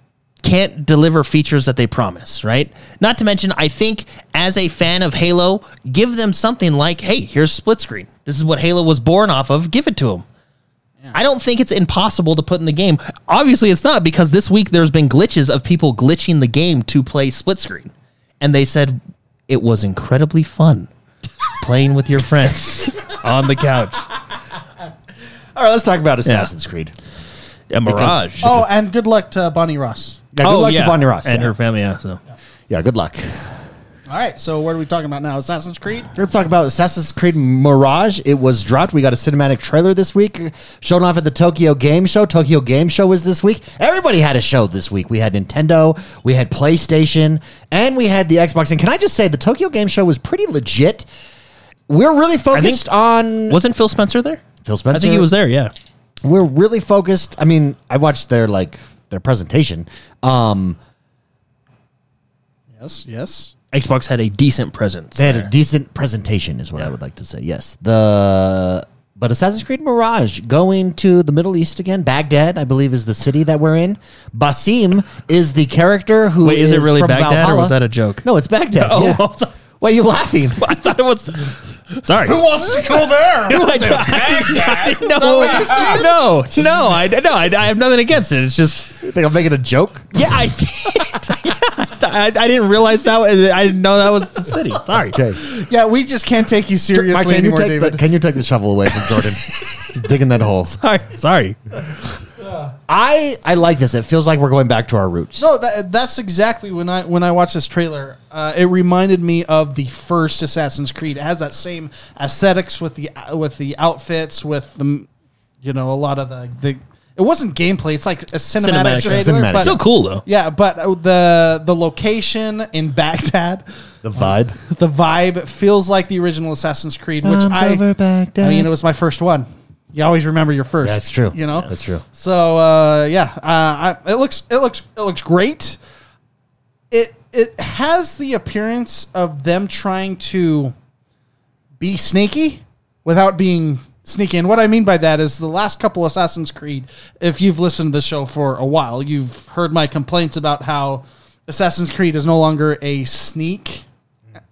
Speaker 3: can't deliver features that they promise, right? Not to mention, I think as a fan of Halo, give them something like, "Hey, here's split screen. This is what Halo was born off of. Give it to them." I don't think it's impossible to put in the game. Obviously, it's not because this week there's been glitches of people glitching the game to play split screen, and they said it was incredibly fun playing with your friends on the couch.
Speaker 1: All right, let's talk about Assassin's Creed.
Speaker 3: A mirage.
Speaker 2: Oh, and good luck to Bonnie Ross.
Speaker 1: Yeah, good luck to Bonnie Ross.
Speaker 3: Oh, and
Speaker 1: yeah.
Speaker 3: her family. Yeah, so
Speaker 1: yeah, good luck.
Speaker 2: All right, so what are we talking about now? Assassin's Creed?
Speaker 1: Let's talk about Assassin's Creed Mirage. It was dropped. We got a cinematic trailer this week, shown off at the Tokyo Game Show. Tokyo Game Show was this week. Everybody had a show this week. We had Nintendo, we had PlayStation, and we had the Xbox. And can I just say, the Tokyo Game Show was pretty legit. We're really focused on
Speaker 3: Wasn't Phil Spencer there?
Speaker 1: Phil Spencer.
Speaker 3: I think he was there. Yeah.
Speaker 1: we're really focused. I mean, I watched their like their presentation. Um,
Speaker 2: Yes, yes.
Speaker 3: Xbox had a decent presence.
Speaker 1: they had a decent presentation, is what I would like to say. Yes, the but Assassin's Creed Mirage going to the Middle East again. Baghdad, I believe, is the city that we're in. Basim is the character who
Speaker 3: Wait, is it really
Speaker 1: from
Speaker 3: Baghdad, or
Speaker 1: Valhalla.
Speaker 3: was that a joke?
Speaker 1: No, it's Baghdad.
Speaker 3: Oh,
Speaker 1: yeah.
Speaker 3: [LAUGHS] I was like-
Speaker 1: why are you
Speaker 3: [LAUGHS]
Speaker 1: laughing?
Speaker 3: I thought it was. Sorry.
Speaker 5: Who wants to go there?
Speaker 3: [LAUGHS] I don't- [LAUGHS] I don't know. no, no, I no, I, I have nothing against it. It's just,
Speaker 1: You think I'm making a joke?
Speaker 3: yeah, I did. [LAUGHS] I, I didn't realize that. Was, I didn't know that was the city. Sorry.
Speaker 1: Okay,
Speaker 2: [LAUGHS] Yeah, we just can't take you seriously
Speaker 1: Mike, can you
Speaker 2: anymore,
Speaker 1: take
Speaker 2: David.
Speaker 1: the, can you take the shovel away from
Speaker 3: [LAUGHS]
Speaker 1: Jordan? He's digging that hole.
Speaker 3: Sorry. Sorry.
Speaker 1: I I like this. It feels like we're going back to our roots.
Speaker 2: No, that, that's exactly when I when I watched this trailer. Uh, it reminded me of the first Assassin's Creed. It has that same aesthetics with the uh, with the outfits, with the you know a lot of the, the it wasn't gameplay. It's like a cinematic,
Speaker 3: Cinematic, yeah.
Speaker 2: trailer,
Speaker 1: Cinematic.
Speaker 2: but
Speaker 1: So
Speaker 3: cool, though.
Speaker 2: Yeah, but uh, the the location in Baghdad, [LAUGHS]
Speaker 1: The vibe.
Speaker 2: the vibe feels like the original Assassin's Creed, which
Speaker 1: Bombs
Speaker 2: I
Speaker 1: over Baghdad.
Speaker 2: I mean, it was my first one. You always remember your first.
Speaker 1: That's true.
Speaker 2: You know,
Speaker 1: That's true.
Speaker 2: So uh, yeah, uh, I, it looks it looks it looks great. It it has the appearance of them trying to be sneaky without being sneaky. And what I mean by that is the last couple Assassin's Creed, if you've listened to the show for a while, you've heard my complaints about how Assassin's Creed is no longer a sneak.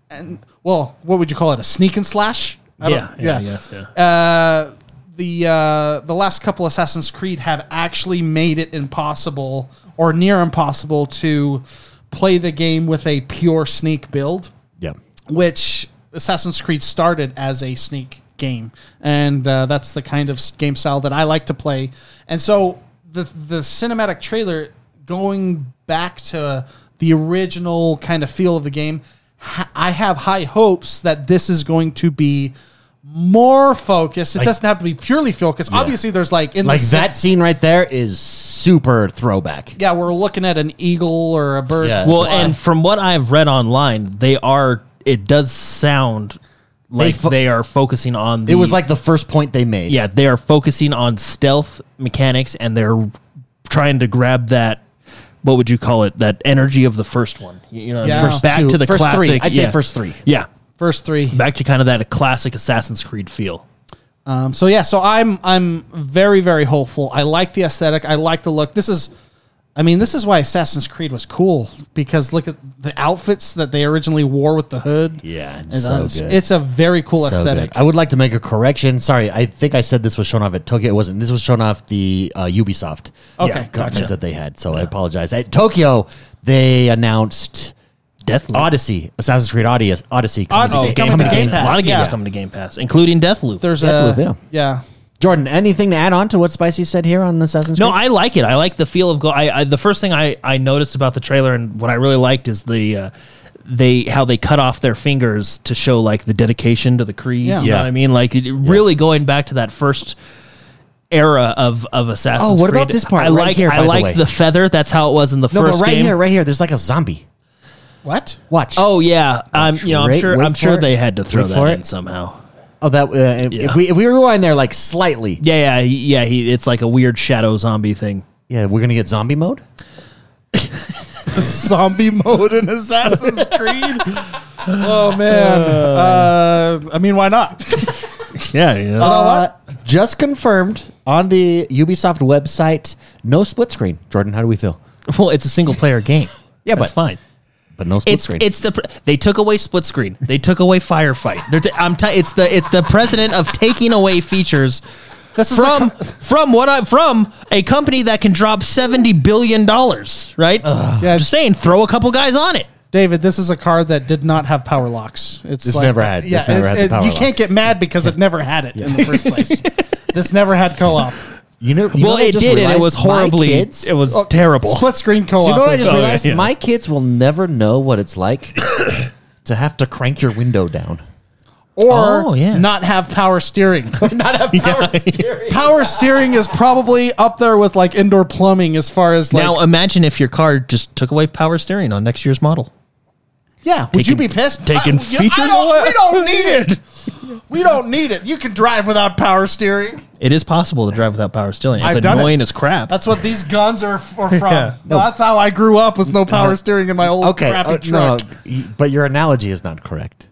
Speaker 2: And well, what would you call it? A sneak and slash? I don't-
Speaker 3: Yeah, yeah, yes,
Speaker 2: Uh, the uh, the last couple Assassin's Creed have actually made it impossible or near impossible to play the game with a pure sneak build
Speaker 1: Yeah.
Speaker 2: which Assassin's Creed started as a sneak game, and uh, that's the kind of s- game style that I like to play. And so the the cinematic trailer going back to the original kind of feel of the game, ha- I have high hopes that this is going to be more focused. It doesn't have to be purely focused. Obviously, there's like in
Speaker 1: Like
Speaker 2: the
Speaker 1: that scene right there is super throwback.
Speaker 2: Yeah, we're looking at an eagle or a bird.
Speaker 1: Yeah.
Speaker 3: Well,
Speaker 2: fly.
Speaker 3: and from what I've read online, they are. It does sound like they,
Speaker 1: fo-
Speaker 3: are focusing on. The,
Speaker 1: It was like the first point they made.
Speaker 3: yeah, they are focusing on stealth mechanics, and they're trying to grab that. What would you call it? That energy of the first one. You you know, what I mean?
Speaker 2: Yeah. First
Speaker 3: back
Speaker 1: two-
Speaker 3: to the
Speaker 1: first three.
Speaker 3: classic.
Speaker 1: I'd say
Speaker 3: yeah.
Speaker 1: first three.
Speaker 3: Yeah,
Speaker 2: first three.
Speaker 3: back to kind of that classic Assassin's Creed feel.
Speaker 2: Um, so yeah, so I'm I'm very very hopeful. I like the aesthetic. I like the look. This is, I mean, this is why Assassin's Creed was cool because look at the outfits that they originally wore with the hood.
Speaker 1: Yeah,
Speaker 2: And uh,
Speaker 1: so
Speaker 2: it's,
Speaker 1: good.
Speaker 2: it's a very cool
Speaker 1: So
Speaker 2: aesthetic.
Speaker 1: good. I would like to make a correction. Sorry, I think I said this was shown off at Tokyo. It wasn't. This was shown off the uh, Ubisoft
Speaker 2: Okay,
Speaker 1: conference
Speaker 2: gotcha.
Speaker 1: that they had. So I apologize. At Tokyo, they announced
Speaker 3: Deathloop. Oh,
Speaker 1: Odyssey, Assassin's Creed Odyssey, Odyssey, Oh, coming to
Speaker 2: Odyssey
Speaker 1: Game
Speaker 2: coming to
Speaker 1: Pass.
Speaker 2: Game
Speaker 3: A lot
Speaker 2: Pass,
Speaker 3: of games
Speaker 2: yeah.
Speaker 3: coming to Game Pass, including Deathloop.
Speaker 2: There's
Speaker 1: Deathloop,
Speaker 2: a
Speaker 1: yeah.
Speaker 2: yeah.
Speaker 1: Jordan, anything to add on to what Spicy said here on Assassin's
Speaker 3: No,
Speaker 1: Creed?
Speaker 3: I like it. I like the feel of go. I, I the first thing I, I noticed about the trailer and what I really liked is the uh, they how they cut off their fingers to show like the dedication to the creed.
Speaker 2: Yeah.
Speaker 3: You know
Speaker 1: Yeah.
Speaker 3: what I mean? Like it, really going back to that first era of of Assassin's.
Speaker 1: Oh, what
Speaker 3: Creed.
Speaker 1: about this part
Speaker 3: I
Speaker 1: right
Speaker 3: like
Speaker 1: here, by
Speaker 3: I
Speaker 1: the
Speaker 3: like
Speaker 1: way?
Speaker 3: the, feather. That's how it was in the
Speaker 1: no,
Speaker 3: first
Speaker 1: but right
Speaker 3: game.
Speaker 1: here, right here, there's like a zombie.
Speaker 2: What?
Speaker 1: Watch.
Speaker 3: Oh yeah, I'm you know I'm
Speaker 1: Wait-
Speaker 3: sure
Speaker 1: wait
Speaker 3: I'm
Speaker 1: for
Speaker 3: sure
Speaker 1: it.
Speaker 3: they had to throw
Speaker 1: Wait
Speaker 3: that
Speaker 1: for
Speaker 3: in
Speaker 1: it.
Speaker 3: somehow.
Speaker 1: oh, that. Uh,
Speaker 3: Yeah.
Speaker 1: If we if we rewind there like slightly,
Speaker 3: Yeah, yeah, he- yeah. He it's like a weird shadow zombie thing.
Speaker 1: yeah, we're gonna get zombie mode.
Speaker 2: Zombie mode
Speaker 3: [LAUGHS]
Speaker 2: in Assassin's Creed. oh man. Uh, I mean, why not?
Speaker 3: Yeah, yeah.
Speaker 1: Uh, just confirmed on the Ubisoft website. No split screen. Jordan, how do we feel?
Speaker 3: well, it's a single player game.
Speaker 1: Yeah,
Speaker 3: that's
Speaker 1: but-
Speaker 3: fine.
Speaker 1: But no split
Speaker 3: It's
Speaker 1: screen.
Speaker 3: it's the pre- they took away split screen. They took away firefight. They're t- I'm t- it's the it's the precedent of taking away features
Speaker 2: This is a
Speaker 3: from from what I from a company that can drop seventy billion dollars. Right?
Speaker 2: Yeah.
Speaker 3: Just saying, throw a couple guys on it.
Speaker 2: David, this is a car that did not have power locks. It's
Speaker 1: This
Speaker 2: like-
Speaker 1: never had- this
Speaker 2: Yeah,
Speaker 1: never
Speaker 2: it's-
Speaker 1: had the
Speaker 2: it-
Speaker 1: power
Speaker 2: you can't
Speaker 1: locks.
Speaker 2: get mad because it never had
Speaker 1: [LAUGHS]
Speaker 2: it in the first place. this never had co-op.
Speaker 1: you know, you know
Speaker 3: well,
Speaker 1: what I
Speaker 3: it
Speaker 1: just
Speaker 3: did, and it
Speaker 1: realized?
Speaker 3: was
Speaker 1: My
Speaker 3: horribly.
Speaker 1: kids-
Speaker 3: It was
Speaker 2: Oh,
Speaker 3: terrible.
Speaker 2: Split screen co-op.
Speaker 1: Do you know what I just
Speaker 3: Oh, yeah,
Speaker 1: realized?
Speaker 3: yeah.
Speaker 1: My kids will never know what it's like [COUGHS] to have to crank your window down.
Speaker 2: or
Speaker 3: Oh, yeah.
Speaker 2: not have power steering.
Speaker 1: [LAUGHS] Not have power
Speaker 3: [LAUGHS]
Speaker 1: steering.
Speaker 2: power steering is probably up there with like indoor plumbing as far as like
Speaker 3: now imagine if your car just took away power steering on next year's model.
Speaker 2: yeah. Would you
Speaker 3: taking-
Speaker 2: be pissed?
Speaker 3: taking
Speaker 2: I- you- I
Speaker 3: features
Speaker 2: don't-
Speaker 3: away?
Speaker 2: we don't
Speaker 3: [LAUGHS]
Speaker 2: need it. We don't need it. You can drive without power steering.
Speaker 3: It is possible to drive without power steering. It's
Speaker 2: I've done it.
Speaker 3: annoying as crap.
Speaker 2: That's what these guns are, f- are from.
Speaker 3: [LAUGHS] Yeah. Uh-huh.
Speaker 2: No, that's how I grew up with no power steering in my old
Speaker 1: Okay,
Speaker 2: crappy
Speaker 1: uh, no,
Speaker 2: truck.
Speaker 1: y- but your analogy is not correct.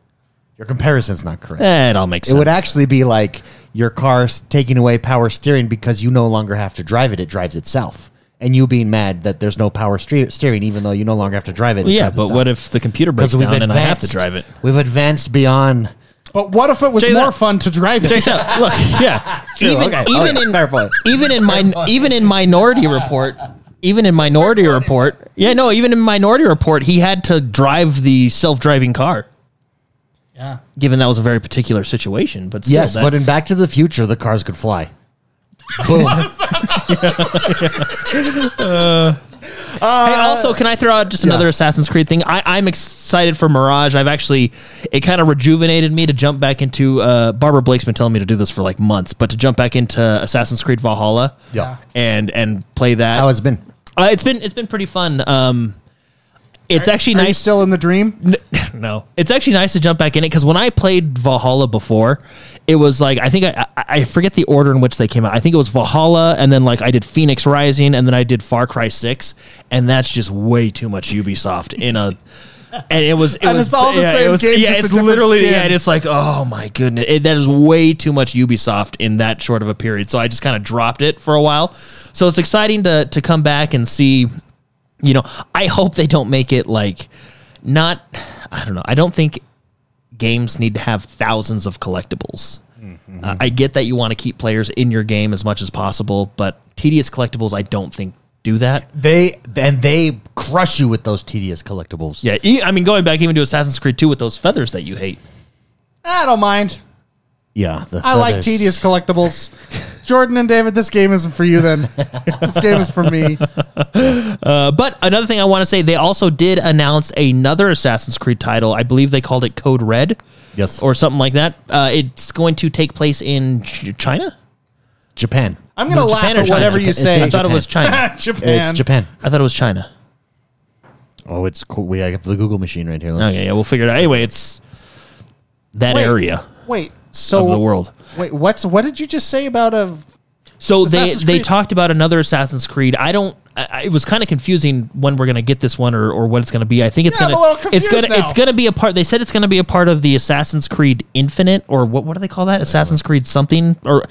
Speaker 1: Your comparison's not correct.
Speaker 3: Eh, it all makes
Speaker 1: It
Speaker 3: sense.
Speaker 1: would actually be like your car s- taking away power steering because you no longer have to drive it; it drives itself. And you being mad that there's no power stre- steering, even though you no longer have to drive it. it
Speaker 3: yeah,
Speaker 1: drives
Speaker 3: but
Speaker 1: itself.
Speaker 3: what if the computer breaks
Speaker 1: Because we've
Speaker 3: down and I have to
Speaker 1: advanced-
Speaker 3: drive it?
Speaker 1: We've advanced beyond.
Speaker 2: But what if it was
Speaker 3: Jay,
Speaker 2: more
Speaker 3: that-
Speaker 2: fun to drive it?
Speaker 3: Check this [LAUGHS] out. Look, yeah. even
Speaker 1: okay,
Speaker 3: even
Speaker 1: okay,
Speaker 3: in
Speaker 1: fair point.
Speaker 3: even
Speaker 1: [LAUGHS]
Speaker 3: in my even in Minority Report, even in Minority Report, yeah, no, even in Minority Report, he had to drive the self-driving car.
Speaker 4: Yeah.
Speaker 3: Given that was a very particular situation, but still,
Speaker 1: Yes,
Speaker 3: that-
Speaker 1: but in Back to the Future, the cars could
Speaker 3: [LAUGHS]
Speaker 1: fly. Boom.
Speaker 3: Hey, also, can I throw out just another Assassin's Creed thing? I, I'm excited for Mirage. I've actually, it kind of rejuvenated me to jump back into. Uh, Barbara Blake's been telling me to do this for like months, but to jump back into Assassin's Creed Valhalla,
Speaker 1: Yeah.
Speaker 3: and and play that.
Speaker 1: How has it been?
Speaker 3: uh, it's been it's been pretty fun. Um, it's actually
Speaker 2: Are you
Speaker 3: nice.
Speaker 2: still in the [LAUGHS] dream?
Speaker 3: no, it's actually nice to jump back in it because when I played Valhalla before, it was like I think I, I I forget the order in which they came out. I think it was Valhalla, and then like I did Phoenix Rising, and then I did Far Cry Six, and that's just way too much Ubisoft
Speaker 2: [LAUGHS]
Speaker 3: in a. And it was, it
Speaker 2: And
Speaker 3: was,
Speaker 2: it's all the
Speaker 3: yeah,
Speaker 2: same
Speaker 3: it was,
Speaker 2: game,
Speaker 3: Yeah,
Speaker 2: just a
Speaker 3: it's
Speaker 2: different
Speaker 3: literally,
Speaker 2: skin.
Speaker 3: yeah, it's like, oh my goodness, it, that is way too much Ubisoft in that short of a period. So I just kind of dropped it for a while. So it's exciting to to come back and see you know, I hope they don't make it like not I don't know. I don't think games need to have thousands of collectibles. Uh, I get that you want to keep players in your game as much as possible, but tedious collectibles I don't think do that.
Speaker 1: They and they crush you with those tedious collectibles.
Speaker 3: Yeah, e- I mean going back even to Assassin's Creed 2 with those feathers that you hate.
Speaker 2: I don't mind.
Speaker 1: yeah. the
Speaker 2: I like
Speaker 1: feathers.
Speaker 2: tedious collectibles.
Speaker 3: [LAUGHS]
Speaker 2: Jordan and David, this game isn't for you then. this game is for me.
Speaker 3: Uh, but another thing I want to say, they also did announce another Assassin's Creed title. I believe they called it Code Red
Speaker 1: Yes, or
Speaker 3: or something like that. Uh, it's going to take place in Ch- China.
Speaker 1: Japan.
Speaker 2: I'm going to
Speaker 3: No,
Speaker 2: laugh
Speaker 3: Japan or
Speaker 2: at
Speaker 3: China?
Speaker 2: whatever you
Speaker 1: Japan-
Speaker 2: say.
Speaker 3: I thought it was China.
Speaker 2: [LAUGHS] Japan.
Speaker 1: It's Japan.
Speaker 3: I thought it was China.
Speaker 1: Oh, it's cool. We I have the Google machine right here. Let's-
Speaker 3: Okay, yeah, we'll figure it out. Anyway, it's that
Speaker 2: Wait,
Speaker 3: area
Speaker 2: Wait. So
Speaker 3: of the world.
Speaker 2: Wait, what's what did you just say about a
Speaker 3: So they
Speaker 2: Assassin's
Speaker 3: they
Speaker 2: Creed-
Speaker 3: talked about another Assassin's Creed. I don't. I, I- it was kind of confusing when we're gonna get this one or, or what it's gonna be. I think it's
Speaker 2: Yeah, I'm
Speaker 3: gonna
Speaker 2: a little
Speaker 3: it's gonna
Speaker 2: confused now.
Speaker 3: it's gonna be a part. They said it's gonna be a part of the Assassin's Creed Infinite or what what do they call that? Assassin's Creed something or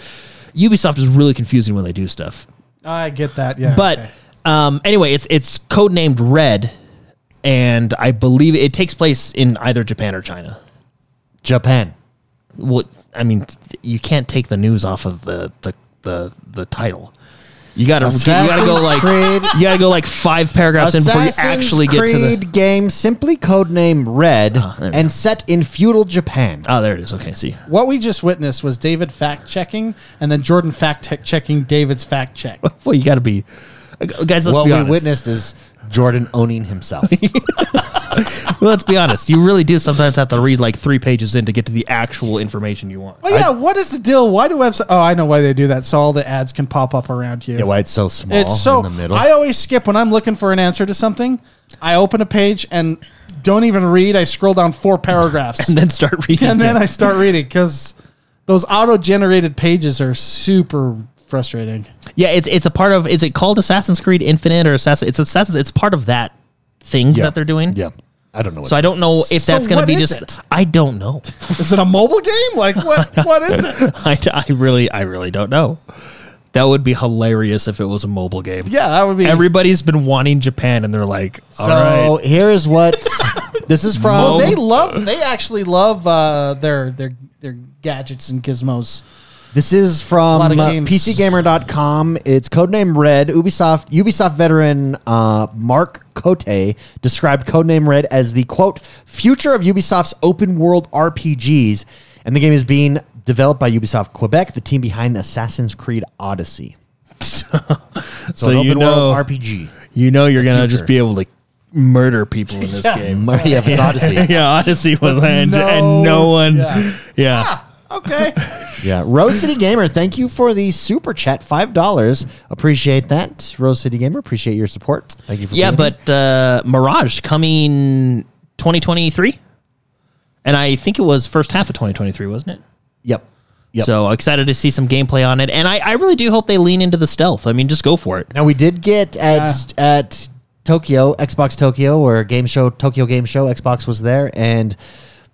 Speaker 3: Ubisoft is really confusing when they do stuff.
Speaker 2: I get that, yeah.
Speaker 3: But
Speaker 2: okay.
Speaker 3: um, anyway, it's it's codenamed Red, and I believe it takes place in either Japan or China.
Speaker 1: Japan.
Speaker 3: well i mean t- you can't take the news off of the the the, the title you gotta you gotta go
Speaker 1: Assassin's
Speaker 3: like
Speaker 1: Creed.
Speaker 3: you gotta go like five paragraphs in before you actually get
Speaker 1: Creed
Speaker 3: to the Ah,
Speaker 1: game simply codename Red
Speaker 3: there we
Speaker 1: and set in feudal Japan.
Speaker 3: oh there it is okay see
Speaker 2: what we just witnessed was David fact checking and then Jordan fact te- checking David's fact
Speaker 3: [LAUGHS]
Speaker 2: check.
Speaker 3: well you gotta be guys let's
Speaker 1: what
Speaker 3: be
Speaker 1: we
Speaker 3: honest
Speaker 1: witnessed is Jordan owning
Speaker 3: [LAUGHS]
Speaker 1: himself.
Speaker 3: well, let's be honest you really do sometimes have to read like three pages in to get to the actual information you want
Speaker 2: Oh yeah, what is the deal? Why do websites? Oh, I know why they do that. So all the ads can pop up around you.
Speaker 1: yeah, why it's so small
Speaker 2: it's so.
Speaker 1: in the middle.
Speaker 2: I always skip when I'm looking for an answer to something. I open a page and don't even read. I scroll down
Speaker 1: [LAUGHS]
Speaker 2: four paragraphs
Speaker 3: and then start
Speaker 2: [LAUGHS]
Speaker 3: reading
Speaker 2: and then
Speaker 3: it.
Speaker 2: I start reading because those auto-generated pages are super frustrating.
Speaker 3: yeah it's it's a part of is it called assassin's creed infinite or assassin it's assassin's it's part of that thing
Speaker 1: yeah.
Speaker 3: that they're doing
Speaker 1: Yeah. I don't know. What
Speaker 3: so i don't know if
Speaker 2: So
Speaker 3: that's gonna
Speaker 2: what
Speaker 3: be
Speaker 2: is
Speaker 3: just
Speaker 2: it?
Speaker 3: i don't know
Speaker 2: Is it a mobile game? Like what? what is
Speaker 1: [LAUGHS]
Speaker 2: it?
Speaker 3: I, [LAUGHS] I really I really don't know. That would be hilarious if it was a mobile game.
Speaker 2: Yeah, that would be.
Speaker 3: Everybody's been wanting Japan and they're like, all right.
Speaker 1: So here is
Speaker 3: [LAUGHS]
Speaker 1: what this is from.
Speaker 2: oh, they love. They actually love uh, their their their gadgets and gizmos.
Speaker 1: This is from
Speaker 2: lot of
Speaker 1: uh,
Speaker 2: games.
Speaker 1: PCGamer.com. It's codename Red. Ubisoft Ubisoft veteran uh, Mark Cote described codename Red as the quote future of Ubisoft's open world RPGs, and the game is being developed by Ubisoft Quebec, the team behind Assassin's Creed Odyssey.
Speaker 3: so
Speaker 1: an
Speaker 3: you
Speaker 1: open
Speaker 3: know
Speaker 1: world RPG.
Speaker 3: you know you're gonna
Speaker 1: future.
Speaker 3: just be able to murder people in this game.
Speaker 1: Marty of its Odyssey.
Speaker 3: [LAUGHS] Yeah, Odyssey was and no, and no
Speaker 2: No,
Speaker 3: one. [LAUGHS] Yeah.
Speaker 2: yeah.
Speaker 1: [LAUGHS] Okay. yeah. Rose City Gamer, thank you for the super chat. Five dollars. Appreciate that. Rose City Gamer, appreciate your support. Thank you for
Speaker 3: Yeah,
Speaker 1: being here.
Speaker 3: but uh, Mirage coming 2023, and I think it was first half of 2023, wasn't it?
Speaker 1: Yep. Yep.
Speaker 3: So excited to see some gameplay on it, and I, I really do hope they lean into the stealth. I mean, just go for it.
Speaker 1: Now we did get at at Tokyo Xbox Tokyo or game show Tokyo Game Show Xbox was there and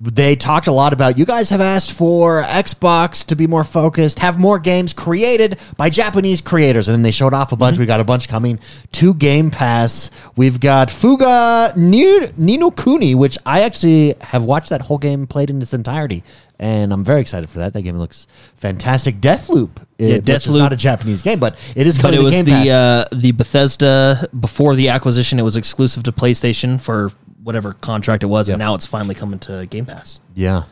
Speaker 1: they talked a lot about you guys have asked for Xbox to be more focused, have more games created by Japanese creators, and then they showed off a bunch.
Speaker 3: Mm-hmm.
Speaker 1: We got a bunch coming to Game Pass. We've got Fuga Ni- Nino Kuni, which I actually have watched that whole game played in its entirety, and I'm very excited for that. That game looks fantastic. Deathloop, yeah, Deathloop,
Speaker 3: Deathloop.
Speaker 1: not a Japanese game, but it is
Speaker 3: But
Speaker 1: coming
Speaker 3: it
Speaker 1: to
Speaker 3: was
Speaker 1: Game Pass.
Speaker 3: the uh, the Bethesda before the acquisition. It was exclusive to PlayStation for whatever contract it was, and now it's finally coming to Game Pass.
Speaker 1: Yeah.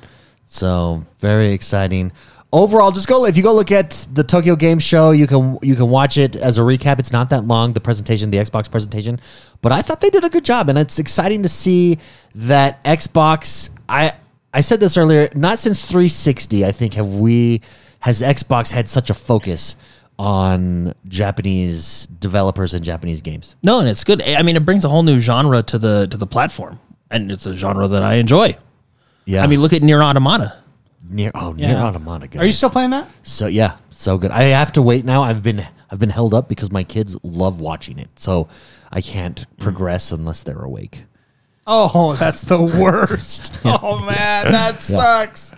Speaker 1: So very exciting. Overall, just go if you go look at the Tokyo Game Show, you can you can watch it as a recap. It's not that long, the presentation, the Xbox presentation. But I thought they did a good job, and it's exciting to see that Xbox I I said this earlier, not since 360, I think, have we has Xbox had such a focus on Japanese developers and Japanese games.
Speaker 3: No, and it's good. I mean, it brings a whole new genre to the to the platform, and it's a genre that I enjoy.
Speaker 1: Yeah.
Speaker 3: I mean, look at Near Automata.
Speaker 1: near oh near
Speaker 2: Yeah.
Speaker 1: Automata.
Speaker 2: Are you
Speaker 1: guys.
Speaker 2: still playing that?
Speaker 1: So yeah, so good. I have to wait now. I've been I've been held up because my kids love watching it. So I can't
Speaker 2: Mm.
Speaker 1: progress unless they're awake.
Speaker 2: Oh, that's the
Speaker 1: [LAUGHS]
Speaker 2: worst. Oh man, that sucks.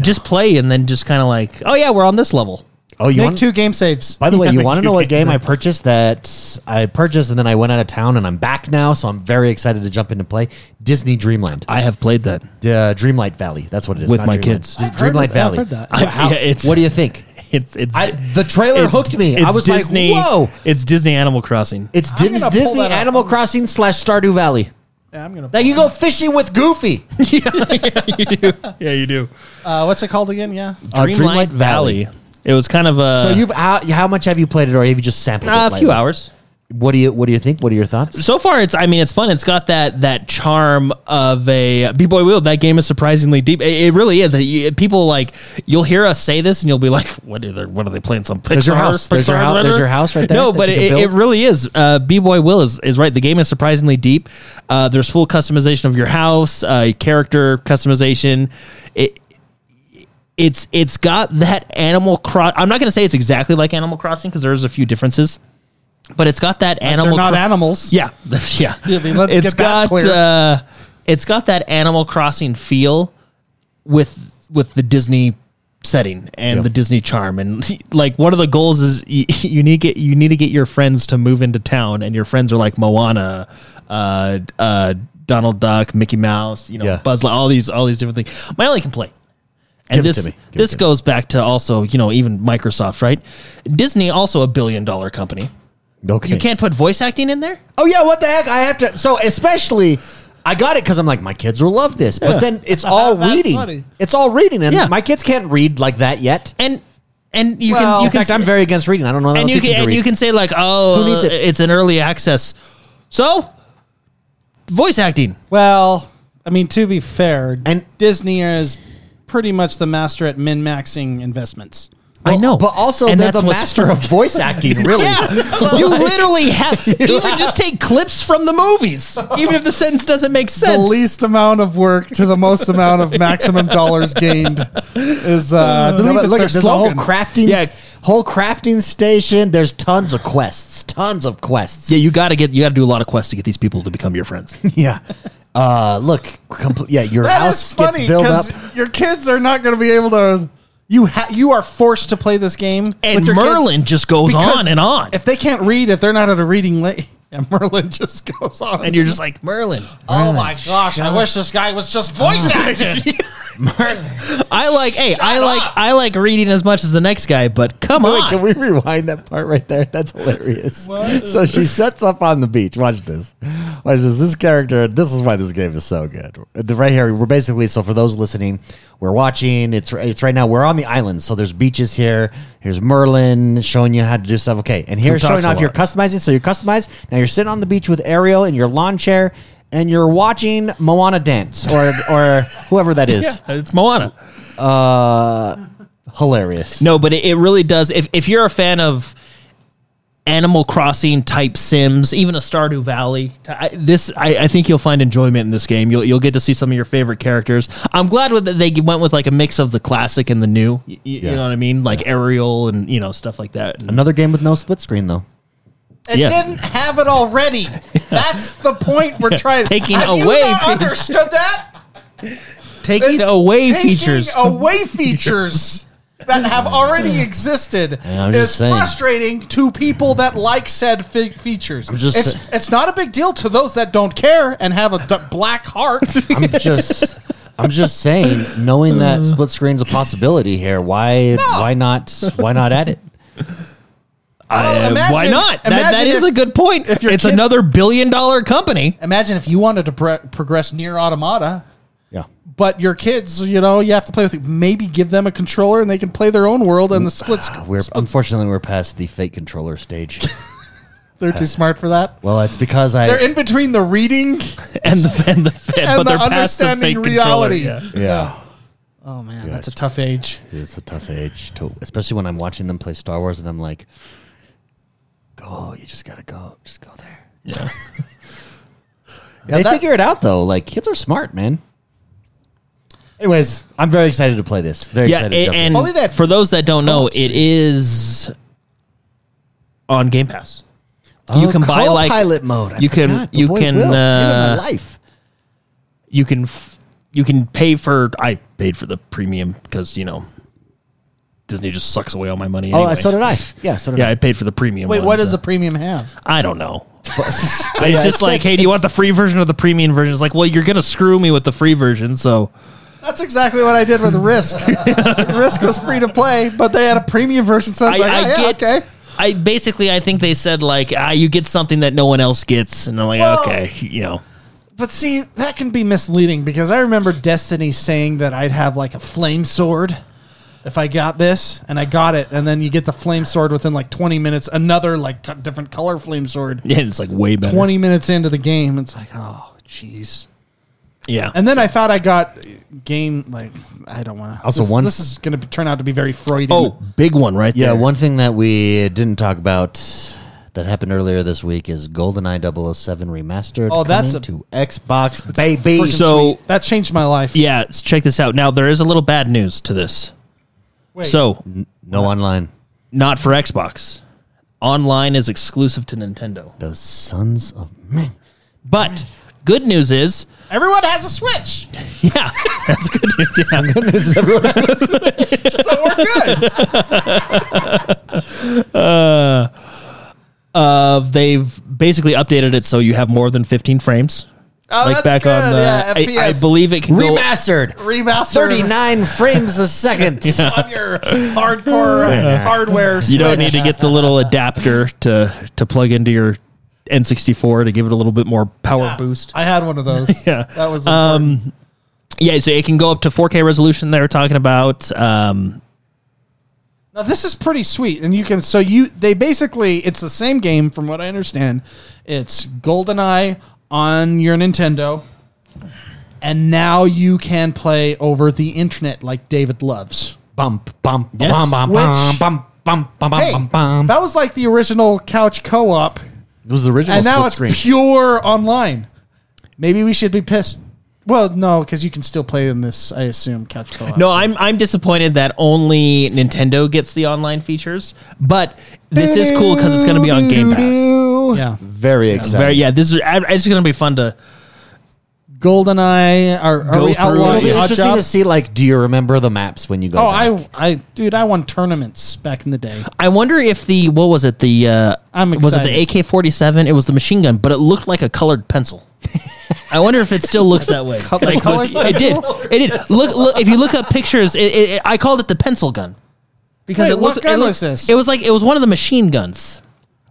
Speaker 3: Just play, and then just kind of like, oh yeah, we're on this level.
Speaker 1: Oh, you
Speaker 2: Make
Speaker 1: want?
Speaker 2: two game saves.
Speaker 1: By the way,
Speaker 2: Yeah,
Speaker 1: you
Speaker 2: make
Speaker 1: want to
Speaker 2: [LAUGHS] two
Speaker 1: know what
Speaker 2: game
Speaker 1: game I
Speaker 2: saves.
Speaker 1: purchased that I purchased and then I went out of town and I'm back now, so I'm very excited to jump into play Disney Dreamland.
Speaker 3: I have played that. [LAUGHS]
Speaker 1: Uh, Dreamlight Valley, that's what it is.
Speaker 3: With
Speaker 1: not
Speaker 3: my
Speaker 1: Dreamland.
Speaker 3: kids.
Speaker 1: Dis-
Speaker 2: I've heard
Speaker 1: Dreamlight
Speaker 2: of that. I've
Speaker 1: Valley.
Speaker 2: heard that. [LAUGHS]
Speaker 3: I-
Speaker 1: How-
Speaker 3: yeah, it's-
Speaker 1: what do you think?
Speaker 3: It's it's
Speaker 1: I, the trailer
Speaker 3: it's-
Speaker 1: hooked me.
Speaker 3: it's
Speaker 1: I was
Speaker 3: Disney,
Speaker 1: like, "Whoa!"
Speaker 3: It's Disney Animal Crossing.
Speaker 1: It's
Speaker 2: I'm
Speaker 1: Dis-
Speaker 2: gonna pull
Speaker 1: Disney
Speaker 2: that up.
Speaker 1: Animal Crossing slash Stardew Valley.
Speaker 2: Yeah, I'm gonna.
Speaker 1: Now you go fishing with Goofy.
Speaker 3: [LAUGHS] yeah, you do.
Speaker 2: Uh, what's it called again? Yeah.
Speaker 1: Uh,
Speaker 3: Dreamlight, Valley. It was kind of
Speaker 2: [LAUGHS]
Speaker 3: a
Speaker 1: So you've how, how much have you played it, or have you just sampled
Speaker 3: uh,
Speaker 1: it?
Speaker 3: a few
Speaker 1: lightly?
Speaker 3: hours.
Speaker 1: What do you What do you think? What are your thoughts?
Speaker 3: so far it's i mean it's fun it's got that that charm of a b-boy wheel that game is surprisingly deep it, it really is You- people like you'll hear us say this and you'll be like [LAUGHS] what are they what are they playing some
Speaker 1: There's your
Speaker 3: Pixar-
Speaker 1: house. There's your
Speaker 3: Pixar
Speaker 1: hou- there's
Speaker 3: letter?
Speaker 1: your house right there
Speaker 3: no
Speaker 1: that
Speaker 3: but
Speaker 1: you can
Speaker 3: it, it
Speaker 1: build.
Speaker 3: really is uh, b-boy will is, is right the game is surprisingly deep uh, there's full customization of your house uh, your character customization it it's it's got that animal cross i'm not going to say it's exactly like animal crossing because there's a few differences but it's got that
Speaker 2: They're
Speaker 3: animal
Speaker 2: not
Speaker 3: Cro-
Speaker 2: animals.
Speaker 3: yeah, yeah. [LAUGHS]
Speaker 1: [LAUGHS]
Speaker 2: I mean, let's
Speaker 3: It's
Speaker 2: get that clear.
Speaker 3: Uh, it's got that Animal Crossing feel with with the Disney setting and the Disney charm, and [LAUGHS] like one of the goals is you, [LAUGHS] you need get you need to get your friends to move into town, and your friends are like Moana, uh, uh, Donald Duck, Mickey Mouse, you know,
Speaker 1: Yeah.
Speaker 3: Buzz, Li- all these all these different things. My only complaint. And
Speaker 1: Give it to
Speaker 3: this
Speaker 1: me. Give it
Speaker 3: this
Speaker 1: to me.
Speaker 3: goes back to also you know even Microsoft right, Disney also a billion dollar company.
Speaker 1: Okay.
Speaker 3: You can't put voice acting in there.
Speaker 1: Oh yeah. What the heck? I have to. So especially. I got it because I'm like my kids will love this, but then
Speaker 2: [LAUGHS]
Speaker 1: it's all
Speaker 2: That's
Speaker 1: reading.
Speaker 2: funny.
Speaker 1: It's all reading, and
Speaker 3: Yeah.
Speaker 1: my kids can't read like that yet.
Speaker 3: and and you
Speaker 1: Well,
Speaker 3: can you
Speaker 1: in
Speaker 3: can
Speaker 1: fact, I'm very against reading. I don't know. that
Speaker 3: and
Speaker 1: I'll
Speaker 3: you
Speaker 1: teach them
Speaker 3: can
Speaker 1: to
Speaker 3: and
Speaker 1: read.
Speaker 3: you can say like oh
Speaker 1: Who needs it?
Speaker 3: it's an early access so voice acting
Speaker 2: Well, I mean, to be fair,
Speaker 1: And-
Speaker 2: Disney is pretty much the master at min maxing investments.
Speaker 3: I know
Speaker 1: but also
Speaker 3: And
Speaker 1: they're
Speaker 3: that's
Speaker 1: the
Speaker 3: what's
Speaker 1: master
Speaker 3: [LAUGHS] fun.
Speaker 1: of voice acting. Really, [LAUGHS]
Speaker 3: you literally have even just take clips from the movies even if the sentence doesn't make sense
Speaker 2: The least amount of work to the most amount of maximum dollars gained is. Uh, I
Speaker 1: No,
Speaker 2: believe
Speaker 1: but
Speaker 2: it's
Speaker 1: look,
Speaker 2: their
Speaker 1: there's
Speaker 2: slogan.
Speaker 1: a whole crafting,
Speaker 3: Yeah.
Speaker 1: whole crafting station. There's tons of quests, tons of quests.
Speaker 3: yeah you got to get you got to do a lot of quests to get these people to become
Speaker 1: [LAUGHS]
Speaker 3: your friends
Speaker 1: Yeah. Uh, look, compl- yeah, your
Speaker 2: That is
Speaker 1: house gets
Speaker 2: funny
Speaker 1: built up.
Speaker 2: because your kids are not going to be able to. You ha- you are forced to play this game.
Speaker 3: and
Speaker 2: with your kids
Speaker 3: Merlin just goes
Speaker 2: because
Speaker 3: on and on
Speaker 2: If they can't read, if they're not at a reading, la- [LAUGHS] yeah, Merlin just goes on.
Speaker 3: and you're just like Merlin Oh
Speaker 4: Oh my gosh! I wish this guy was just voice
Speaker 3: [LAUGHS]
Speaker 4: acted.
Speaker 3: I like hey I like I like reading as much as the next guy but come
Speaker 1: Wait,
Speaker 3: on
Speaker 1: can we rewind that part right there? That's hilarious. so she sets up on the beach. Watch this. Watch this. This character, this is why this game is so good. The- Right here, we're basically, so for those listening, we're watching. It's, it's right now, we're on the island. So there's beaches here. Here's Merlin showing you how to do stuff. Okay. And here's
Speaker 3: talks
Speaker 1: showing
Speaker 3: a
Speaker 1: off your
Speaker 3: lot.
Speaker 1: customizing. So you're customized. Now you're sitting on the beach with Ariel in your lawn chair and you're watching Moana dance or or whoever that
Speaker 3: [LAUGHS]
Speaker 1: is.
Speaker 3: It's Moana.
Speaker 1: Hilarious.
Speaker 3: No, but it, it really does. If if you're a fan of Animal Crossing type Sims, even a Stardew Valley, I, this I, I think you'll find enjoyment in this game. You'll you'll get to see some of your favorite characters. I'm glad with that they went with like a mix of the classic and the new. Y- y- You know what I mean, like Ariel and you know stuff like that. And-
Speaker 1: Another game with no split screen though.
Speaker 2: It
Speaker 3: Yeah.
Speaker 2: didn't have
Speaker 1: [LAUGHS]
Speaker 2: it already. That's the point we're trying
Speaker 3: Taking
Speaker 2: Have you
Speaker 3: away
Speaker 2: not
Speaker 3: features.
Speaker 2: understood that?
Speaker 3: taking
Speaker 2: It's
Speaker 3: away
Speaker 2: taking
Speaker 3: features.
Speaker 2: Away features that have already existed
Speaker 1: Yeah, I'm
Speaker 2: is
Speaker 1: just saying.
Speaker 2: frustrating to people that like said fe- features.
Speaker 1: just
Speaker 2: it's,
Speaker 1: sa-
Speaker 2: it's not a big deal to those that don't care and have a d- black heart.
Speaker 1: [LAUGHS] I'm just I'm just saying, knowing
Speaker 3: Uh.
Speaker 1: that split screen's a possibility here, why why not why not add it?
Speaker 3: Uh,
Speaker 2: imagine-
Speaker 3: why not? That, that
Speaker 2: imagine
Speaker 3: is
Speaker 2: if-
Speaker 3: a good point.
Speaker 2: if
Speaker 3: If
Speaker 2: your
Speaker 3: it's
Speaker 2: kids-
Speaker 3: another billion dollar company.
Speaker 2: Imagine if you wanted to pro- progress near automata.
Speaker 1: [LAUGHS] Yeah.
Speaker 2: But your kids, you know, you have to play with. Maybe give them a controller and they can play their own world and the splits.
Speaker 1: We're unfortunately we're past the fake controller stage.
Speaker 2: They're too smart for that.
Speaker 1: Well, it's because I
Speaker 2: They're in between the reading.
Speaker 3: [LAUGHS] [LAUGHS] and the and the and,
Speaker 2: the
Speaker 3: but they're past the
Speaker 2: understanding
Speaker 3: fake
Speaker 2: reality.
Speaker 3: Controller. Yeah.
Speaker 1: yeah.
Speaker 2: Oh man,
Speaker 1: that's
Speaker 2: that's
Speaker 1: a
Speaker 2: a tough age.
Speaker 1: It's a tough age to, especially when I'm watching them play Star Wars, and I'm like, "Go! You just gotta go. Just go there."
Speaker 3: Yeah.
Speaker 1: they
Speaker 2: that-
Speaker 1: figure it out though. Like kids are smart, man. Anyways, I'm very excited to play this. Very
Speaker 3: Yeah,
Speaker 1: excited.
Speaker 3: a-
Speaker 1: to jump in.
Speaker 3: and
Speaker 1: Only that
Speaker 3: for those that don't know, it is on Game Pass. you can buy, like-
Speaker 1: Oh, pilot mode. I
Speaker 3: you can-
Speaker 1: forgot. The
Speaker 3: you
Speaker 1: boy
Speaker 3: can,
Speaker 1: Will, saving my
Speaker 3: uh,
Speaker 1: life.
Speaker 3: You can f- you can pay for. I paid for the premium because you know Disney just sucks away all my money.
Speaker 1: Oh,
Speaker 3: Anyway.
Speaker 1: so did I. Yeah, so did
Speaker 3: Yeah,
Speaker 1: I.
Speaker 3: I paid for the premium.
Speaker 2: Wait,
Speaker 3: one,
Speaker 2: what does
Speaker 3: so-
Speaker 2: a premium have?
Speaker 3: I don't know. [LAUGHS]
Speaker 1: Yeah,
Speaker 3: it's
Speaker 1: it's
Speaker 3: just like,
Speaker 1: like-
Speaker 3: hey, do you
Speaker 1: it's-
Speaker 3: want the free version or the premium version? It's like, well, you're gonna screw me with the free version, so
Speaker 2: That's exactly what I did with
Speaker 3: [LAUGHS]
Speaker 2: Risk. Risk was free to play, but they had a premium version. So I,
Speaker 3: I,
Speaker 2: was like,
Speaker 3: I
Speaker 2: oh, yeah,
Speaker 3: get.
Speaker 2: okay.
Speaker 3: I basically, I think they said like, ah, you get something that no one else gets, and I'm like,
Speaker 2: Well-
Speaker 3: okay, you know, [LAUGHS]
Speaker 2: But see, that can be misleading because I remember Destiny saying that I'd have like a flame sword if I got this, and I got it, and then you get the flame sword within like 20 minutes, another like co- different color flame sword.
Speaker 3: yeah, it's like way better.
Speaker 2: 20 minutes into the game, it's like, oh, jeez.
Speaker 3: yeah,
Speaker 2: And then I thought I got game like I don't want to.
Speaker 1: Also
Speaker 2: this,
Speaker 1: one-
Speaker 2: This is going to turn out to be very Freudian.
Speaker 3: Oh, big one right
Speaker 1: Yeah,
Speaker 3: there.
Speaker 1: one thing that we didn't talk about that happened earlier this week is GoldenEye 007 remastered.
Speaker 2: Oh, that's
Speaker 1: coming
Speaker 2: a-
Speaker 1: to Xbox, baby.
Speaker 2: Freaking
Speaker 3: so-
Speaker 2: sweet. that changed my life.
Speaker 3: Yeah, s- check this out. Now there is a little bad news to this.
Speaker 2: Wait,
Speaker 3: So,
Speaker 1: no online.
Speaker 3: not for Xbox. Online is exclusive to Nintendo.
Speaker 1: Those sons of men.
Speaker 3: But good news is, [LAUGHS]
Speaker 2: everyone has a Switch,
Speaker 3: yeah, that's good news.
Speaker 2: [LAUGHS]
Speaker 3: Yeah.
Speaker 2: so we're
Speaker 3: [LAUGHS]
Speaker 2: good.
Speaker 3: Uh, they've basically updated it so you have more than 15 frames.
Speaker 2: Oh, that's good. yeah,
Speaker 3: uh, I- I,
Speaker 2: FPS.
Speaker 3: believe it can go.
Speaker 1: Remastered. [LAUGHS]
Speaker 2: Remastered.
Speaker 3: [LAUGHS]
Speaker 1: 39 frames a second.
Speaker 2: on your hardcore
Speaker 1: Yeah.
Speaker 2: hardware.
Speaker 3: You don't
Speaker 2: Switch.
Speaker 3: need to get the little adapter to to plug into your N64 to give it a little bit more power boost.
Speaker 2: I had one of those.
Speaker 3: [LAUGHS] Yeah.
Speaker 2: that was um.
Speaker 3: Yeah, so it can go up to 4K resolution. They were talking about. Um,
Speaker 2: Now this is pretty sweet, and you can so you they basically it's the same game from what I understand. It's GoldenEye on your Nintendo, and now you can play over the internet like David loves.
Speaker 1: Bump, bump,
Speaker 3: Yes.
Speaker 1: bum, bum, bum,
Speaker 2: Which-
Speaker 1: bum, bum, bum, bum,
Speaker 2: Hey,
Speaker 1: bum, bum.
Speaker 2: that was like the original couch co-op,
Speaker 1: It was the original
Speaker 2: and now
Speaker 1: split
Speaker 2: it's
Speaker 1: screen.
Speaker 2: pure online. Maybe we should be pissed. Well, no, because you can still play in this. I assume couch co-op.
Speaker 3: no, I'm I'm disappointed that only Nintendo gets the online features, but this is cool because it's going to be on Game Pass.
Speaker 2: yeah.
Speaker 1: Very exciting.
Speaker 3: Very, yeah, this is I- it's going to be fun to.
Speaker 2: GoldenEye. Are, are
Speaker 3: Go
Speaker 2: we
Speaker 3: through
Speaker 1: It'll
Speaker 2: outlawing
Speaker 1: be
Speaker 3: it.
Speaker 2: odd
Speaker 1: interesting
Speaker 2: jobs?
Speaker 1: to see, like, do you remember the maps when you go
Speaker 2: Oh,
Speaker 1: back?
Speaker 2: I, I, dude, I won tournaments back in the day.
Speaker 3: I wonder if the what was it the uh,
Speaker 2: I'm
Speaker 3: was it
Speaker 2: excited.
Speaker 3: the AK47? It was the machine gun, but it looked like a colored [LAUGHS] pencil. I wonder if it still looks that way. Like,
Speaker 2: colored
Speaker 3: look- it did. It did. Look, look. If you look up pictures, it, it, it- I called it the pencil gun because
Speaker 2: Wait,
Speaker 3: it
Speaker 2: what
Speaker 3: looked.
Speaker 2: gun
Speaker 3: it looked-
Speaker 2: was this?
Speaker 3: It was like it was one of the machine guns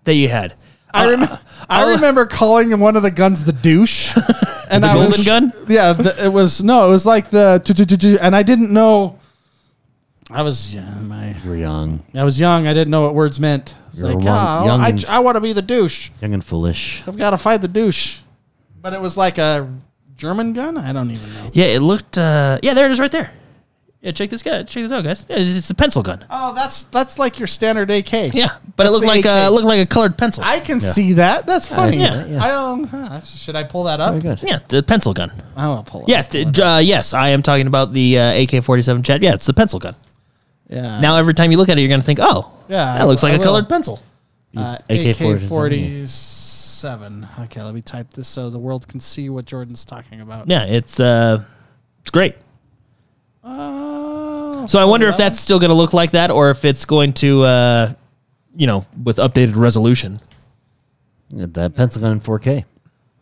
Speaker 3: that you had.
Speaker 2: I
Speaker 3: [LAUGHS]
Speaker 2: remember, I remember calling one of the guns the douche, [LAUGHS] and
Speaker 3: The
Speaker 2: I
Speaker 3: golden
Speaker 2: was-
Speaker 3: gun?
Speaker 2: Yeah, the, it was no, it was like the, tu- tu- tu- tu- and I didn't know. I was yeah, my
Speaker 1: You're young,
Speaker 2: I was young. I didn't know what words meant. It's
Speaker 1: You're
Speaker 2: like,
Speaker 1: a
Speaker 2: ah,
Speaker 1: young- young
Speaker 2: I,
Speaker 1: and-
Speaker 2: I want to be the douche.
Speaker 1: young and foolish.
Speaker 2: I've got to fight the douche. But it was like a German gun. I don't even know.
Speaker 3: Yeah, it looked. Uh, yeah, there it is, right there. Yeah, check this guy. Check this out, guys. Yeah, it's, it's a pencil gun.
Speaker 2: Oh, that's that's like your standard AK.
Speaker 3: Yeah, but
Speaker 2: That's
Speaker 3: it looked
Speaker 2: the
Speaker 3: like
Speaker 2: AK.
Speaker 3: a it looked like a colored pencil.
Speaker 2: uh, I can see that. That's funny.
Speaker 3: see that,
Speaker 1: yeah.
Speaker 2: I um, huh, should I pull that up?
Speaker 1: Very good.
Speaker 3: yeah, the pencil gun.
Speaker 2: I will pull it.
Speaker 3: Yes, d- uh, yes, I am talking about the uh, AK-47 chat. Yeah, it's the pencil gun.
Speaker 2: Yeah.
Speaker 3: Now every time you look at it, you're going to think, oh,
Speaker 2: Yeah, I
Speaker 3: that looks like
Speaker 2: will-
Speaker 3: a
Speaker 2: I will.
Speaker 3: colored pencil.
Speaker 2: uh, AK
Speaker 1: AK-47,
Speaker 2: forty-seven. Okay, let me type this so the world can see what Jordan's talking about.
Speaker 3: Yeah, it's uh, it's great.
Speaker 2: Oh,
Speaker 3: So I wonder if that's still going to look like that, or if it's going to, uh, you know, with updated resolution.
Speaker 1: Yeah, That pencil gun in 4K.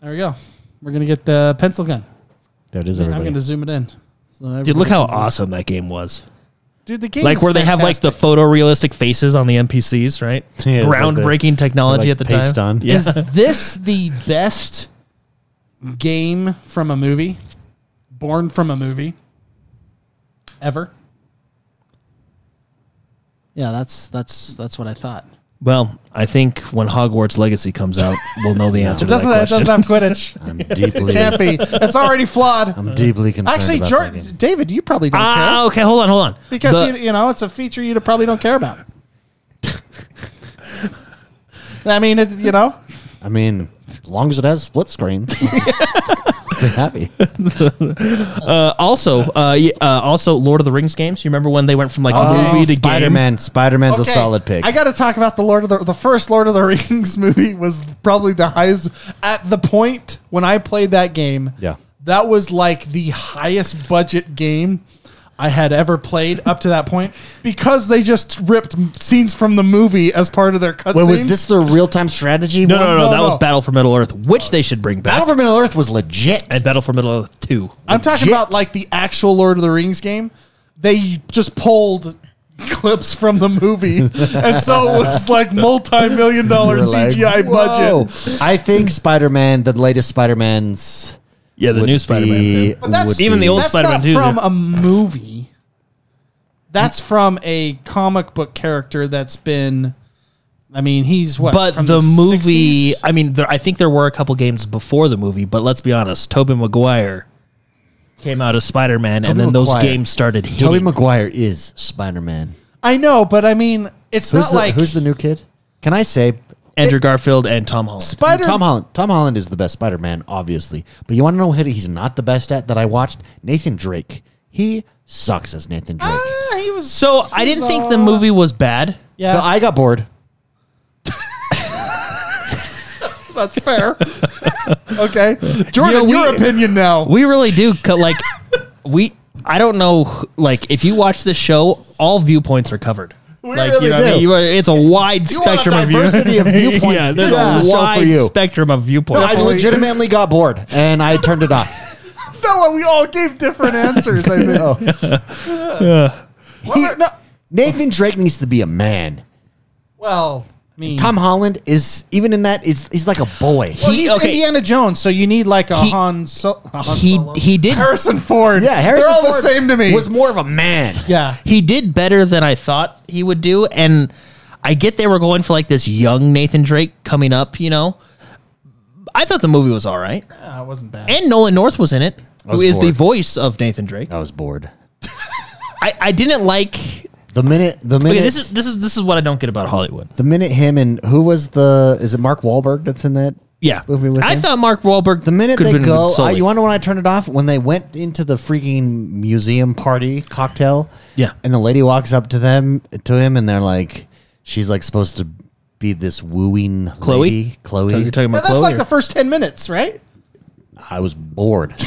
Speaker 2: there we go. We're gonna get the pencil gun.
Speaker 1: There it is,
Speaker 2: I'm
Speaker 1: everybody.
Speaker 2: gonna zoom it in. So
Speaker 3: Dude,
Speaker 2: everybody
Speaker 3: look how
Speaker 2: can just-
Speaker 3: awesome that game was.
Speaker 2: dude the game
Speaker 3: like
Speaker 2: is
Speaker 3: where they have like the
Speaker 2: fantastic.
Speaker 3: photorealistic faces on the NPCs, right?
Speaker 1: Yeah, it's like the-
Speaker 3: Groundbreaking technology
Speaker 1: like
Speaker 3: at the
Speaker 1: paste
Speaker 3: time.
Speaker 1: on.
Speaker 3: Yeah.
Speaker 2: Is this the best game from a movie? Born from a movie? Ever? Yeah, that's that's that's what I thought.
Speaker 3: [LAUGHS] well, I think when Hogwarts Legacy comes out, we'll
Speaker 2: [LAUGHS]
Speaker 3: know the answer
Speaker 2: It
Speaker 3: to that
Speaker 2: doesn't it
Speaker 3: question.
Speaker 2: doesn't have [LAUGHS] Quidditch.
Speaker 1: I'm deeply,
Speaker 2: Can't be. It's already flawed.
Speaker 1: I'm deeply concerned.
Speaker 2: Actually,
Speaker 1: about that
Speaker 2: Jordan,
Speaker 1: game.
Speaker 2: David, you probably don't
Speaker 3: Ah,
Speaker 2: care
Speaker 3: okay, hold on, hold on.
Speaker 2: because
Speaker 3: The-
Speaker 2: you, you know it's a feature you probably don't care about. I mean, it's you know,
Speaker 1: I mean, as long as it has split
Speaker 2: [LAUGHS]
Speaker 1: screen, I'll be happy.
Speaker 3: uh, also, uh, y- uh, also Lord of the Rings games. You remember when they went from like
Speaker 1: Oh,
Speaker 3: movie to
Speaker 1: Spider Man. Spider Man's a
Speaker 2: Okay,
Speaker 1: solid pick.
Speaker 2: I got to talk about the Lord of the the first Lord of the [LAUGHS] Rings movie was probably the highest at the point when I played that game.
Speaker 1: Yeah.
Speaker 2: that was like the highest budget game I had ever played up to that point because they just ripped m- scenes from the movie as part of their cutscenes.
Speaker 1: Wait, was this the real time strategy?
Speaker 3: No,
Speaker 1: one?
Speaker 3: no, no,
Speaker 2: no,
Speaker 3: that was
Speaker 2: no.
Speaker 3: Battle for Middle Earth, which they should bring back.
Speaker 1: Battle for Middle Earth was legit.
Speaker 3: and Battle for Middle Earth Two.
Speaker 2: I'm talking
Speaker 1: legit.
Speaker 2: about like the actual Lord of the Rings game. They just pulled clips from
Speaker 1: [LAUGHS]
Speaker 2: the movie, and so it was like multi-million dollar
Speaker 1: We're like,
Speaker 2: CGI
Speaker 1: "Whoa."
Speaker 2: budget.
Speaker 1: I think Spider Man, the latest Spider Man's.
Speaker 3: yeah, the new Spider-Man.
Speaker 2: But that's
Speaker 3: Even the old-
Speaker 2: that's
Speaker 3: Spider-Man
Speaker 2: not
Speaker 3: too,
Speaker 2: from
Speaker 3: yeah.
Speaker 2: a movie. That's from a comic book character that's been. I mean, he's what?
Speaker 3: But
Speaker 2: from
Speaker 3: the, movie,
Speaker 2: 60s?
Speaker 3: I mean, there, I think there were a couple games before the movie, but let's be honest, Tobey Maguire came out as Spider-Man, and
Speaker 1: Tobey
Speaker 3: then those
Speaker 1: Maguire.
Speaker 3: games started hitting.
Speaker 1: Tobey Maguire is Spider Man.
Speaker 2: I know, but I mean, it's
Speaker 1: Who's
Speaker 2: not
Speaker 1: the,
Speaker 2: like
Speaker 1: who's the new kid? Can I say
Speaker 3: Andrew Garfield and Tom Holland.
Speaker 2: Spider.
Speaker 1: Tom Holland? Tom Holland is the best Spider Man, obviously. But you want to know what he's not the best at that I watched? Nathan Drake. He sucks as Nathan Drake.
Speaker 2: Ah, he was
Speaker 3: So I didn't think the
Speaker 2: uh,
Speaker 3: movie was bad.
Speaker 2: Yeah,
Speaker 1: The- I got bored.
Speaker 2: that's
Speaker 3: [LAUGHS]
Speaker 2: fair.
Speaker 1: [LAUGHS]
Speaker 2: okay, Jordan,
Speaker 3: You know, we-
Speaker 2: your opinion now.
Speaker 3: We really do. co- Like, we. I don't know. Like, if you watch this show, all viewpoints are covered.
Speaker 2: We
Speaker 3: like,
Speaker 2: really
Speaker 3: you know what I mean?
Speaker 1: do.
Speaker 3: You are- it's a wide
Speaker 1: You want a
Speaker 3: spectrum of view-
Speaker 1: diversity of viewpoints.
Speaker 3: [LAUGHS] yeah,
Speaker 1: This
Speaker 3: there's
Speaker 1: is
Speaker 3: a
Speaker 1: the show for
Speaker 3: wide
Speaker 1: you.
Speaker 3: spectrum of viewpoints.
Speaker 1: I legitimately got bored and I turned it off.
Speaker 2: [LAUGHS] no, we all gave different
Speaker 1: [LAUGHS]
Speaker 2: answers. I think. Well,
Speaker 1: He-
Speaker 2: no,
Speaker 1: Nathan Drake needs to be a man.
Speaker 2: well, I mean,
Speaker 1: Tom Holland is even in that is he's like a boy.
Speaker 2: Well,
Speaker 3: He-
Speaker 2: he's
Speaker 3: okay.
Speaker 2: Indiana Jones, so you need like a
Speaker 3: He-
Speaker 2: Han, so- a Han
Speaker 3: he
Speaker 2: Solo.
Speaker 3: he did
Speaker 2: Harrison Ford.
Speaker 1: yeah, Harrison
Speaker 2: They're all
Speaker 1: Ford
Speaker 2: the same to me.
Speaker 1: Was more of a man.
Speaker 2: yeah.
Speaker 3: he did better than I thought he would do, and I get they were going for like this young Nathan Drake coming up. You know, I thought the movie was all right,
Speaker 2: it wasn't bad.
Speaker 3: and Nolan North was in it,
Speaker 1: I was
Speaker 3: who is the
Speaker 1: bored.
Speaker 3: voice of Nathan Drake.
Speaker 1: I was bored.
Speaker 3: I, I didn't like.
Speaker 1: The minute the minute
Speaker 3: Okay, this is this is this is what I don't get about Hollywood.
Speaker 1: the minute him and who was the is it Mark Wahlberg that's in that?
Speaker 3: Yeah,
Speaker 1: Movie with
Speaker 3: I
Speaker 1: him?
Speaker 3: thought Mark Wahlberg.
Speaker 1: The minute
Speaker 3: could have
Speaker 1: they
Speaker 3: been with
Speaker 1: go, I,
Speaker 3: Sully.
Speaker 1: you wonder when I turned it off when they went into the freaking museum party cocktail.
Speaker 3: Yeah.
Speaker 1: and the lady walks up to them to him, and they're like, she's like supposed to be this wooing
Speaker 3: Chloe?
Speaker 1: lady, Chloe.
Speaker 3: Oh, you're talking
Speaker 2: But
Speaker 3: about
Speaker 2: that's
Speaker 3: Chloe.
Speaker 2: like
Speaker 3: or-
Speaker 2: the first 10 minutes, right? [LAUGHS]
Speaker 1: I was bored. [LAUGHS]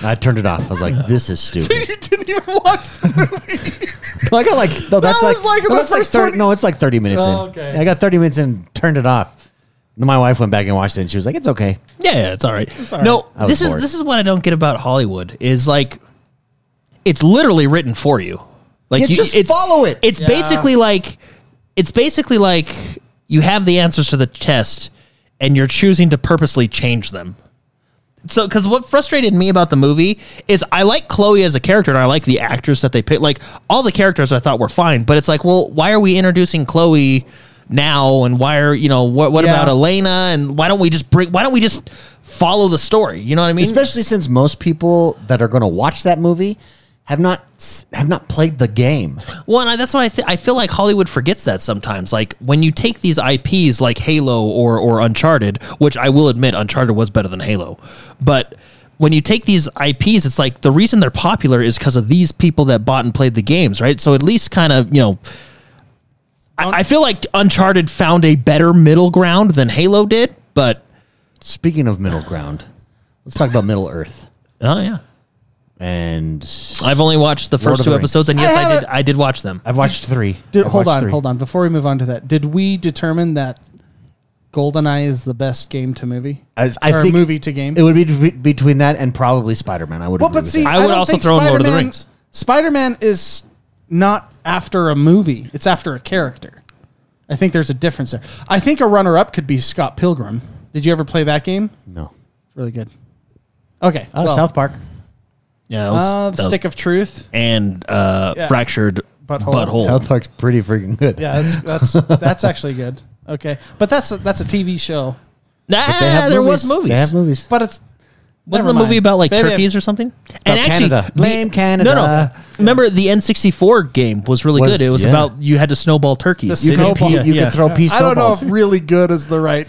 Speaker 1: I turned it off. I was like, "This is
Speaker 2: you
Speaker 1: stupid." [LAUGHS]
Speaker 2: didn't even watch the movie.
Speaker 1: I got like no, that's
Speaker 2: was
Speaker 1: like,
Speaker 2: like
Speaker 1: no,
Speaker 2: the
Speaker 1: that's like
Speaker 2: first
Speaker 1: thirty.
Speaker 2: 20
Speaker 1: No, it's like thirty minutes
Speaker 2: Oh,
Speaker 1: in.
Speaker 2: okay.
Speaker 1: I got thirty minutes in, turned it off. Then my wife went back and watched it, and she was like, "It's okay."
Speaker 3: Yeah, yeah, it's all right.
Speaker 2: all
Speaker 3: No,
Speaker 1: I was
Speaker 3: this is
Speaker 1: bored.
Speaker 3: this is what I don't get about Hollywood is like it's literally written for you. Like
Speaker 1: Yeah, just follow it.
Speaker 3: It's basically like it's basically like you have the answers to the test and you're choosing to purposely change them. so because what frustrated me about the movie is I like Chloe as a character and I like the actors that they pick. Like all the characters I thought were fine, but it's like, well, why are we introducing Chloe now? And why are you know what? What
Speaker 2: Yeah.
Speaker 3: about Elena? And why don't we just bring? Why don't we just follow the story? You know what I mean?
Speaker 1: especially since most people that are going to watch that movie have not s- have not played the game.
Speaker 3: Well, and I, that's what I th- I feel like Hollywood forgets that sometimes. Like when you take these IPs like Halo or or Uncharted, which I will admit Uncharted was better than Halo, but when you take these IPs, it's like the reason they're popular is because of these people that bought and played the games, right? So at least kind of you know. I I feel like Uncharted found a better middle ground than Halo did, but
Speaker 1: Speaking of middle ground, let's talk about Middle Earth
Speaker 3: oh yeah,
Speaker 1: and
Speaker 3: I've only watched the
Speaker 1: of
Speaker 3: first
Speaker 1: the
Speaker 3: two
Speaker 1: Rings.
Speaker 3: episodes, and yes,
Speaker 2: I
Speaker 3: I, did.
Speaker 2: haven't-
Speaker 3: I did watch them.
Speaker 1: I've watched three.
Speaker 2: Did,
Speaker 1: I've
Speaker 2: hold
Speaker 1: watched
Speaker 2: on,
Speaker 1: three.
Speaker 2: hold on. Before we move on to that, did we determine that GoldenEye is the best game to movie?
Speaker 1: As- I
Speaker 2: or
Speaker 1: think
Speaker 2: movie to game?
Speaker 1: It would be be- between that and probably Spider Man. I would.
Speaker 2: well,
Speaker 1: agree
Speaker 2: but
Speaker 1: with
Speaker 2: see,
Speaker 1: that.
Speaker 3: I would
Speaker 2: don't
Speaker 3: also
Speaker 2: think
Speaker 3: throw in Lord of the
Speaker 2: Spider-Man-
Speaker 3: Rings.
Speaker 2: Spider-Man is not after a movie; it's after a character. I think there's a difference there. I think a runner-up could be Scott Pilgrim. Did you ever play that game?
Speaker 1: no.
Speaker 2: It's really good. Okay,
Speaker 1: Oh,
Speaker 2: well,
Speaker 1: South Park.
Speaker 3: Yeah, that was-
Speaker 2: uh,
Speaker 3: that
Speaker 2: the
Speaker 3: was-
Speaker 2: Stick of Truth.
Speaker 3: and uh,
Speaker 2: Yeah.
Speaker 3: fractured
Speaker 2: Butthole.
Speaker 3: butthole.
Speaker 1: South Park's pretty freaking good.
Speaker 2: Yeah, that's that's that's actually good. Okay, but that's a, that's a TV show.
Speaker 3: Nah,
Speaker 1: But they
Speaker 2: Ah,
Speaker 1: have
Speaker 3: there
Speaker 1: movies.
Speaker 3: was movies.
Speaker 1: They have movies.
Speaker 2: But it's
Speaker 3: Wasn't
Speaker 2: never
Speaker 3: the movie
Speaker 2: mind.
Speaker 3: about like
Speaker 2: Maybe I-
Speaker 3: turkeys or something?
Speaker 1: About Canada.
Speaker 3: the-
Speaker 1: Blame Canada.
Speaker 3: No, no. Remember the N64 game was really
Speaker 1: Was-
Speaker 3: good. It was
Speaker 1: yeah.
Speaker 3: about you had to snowball turkeys.
Speaker 2: The
Speaker 1: You can
Speaker 2: Snowball.
Speaker 1: pee, you
Speaker 3: Yeah.
Speaker 1: can throw pea
Speaker 2: I don't
Speaker 1: Uh,
Speaker 2: know
Speaker 1: snowballs.
Speaker 2: if really good is the right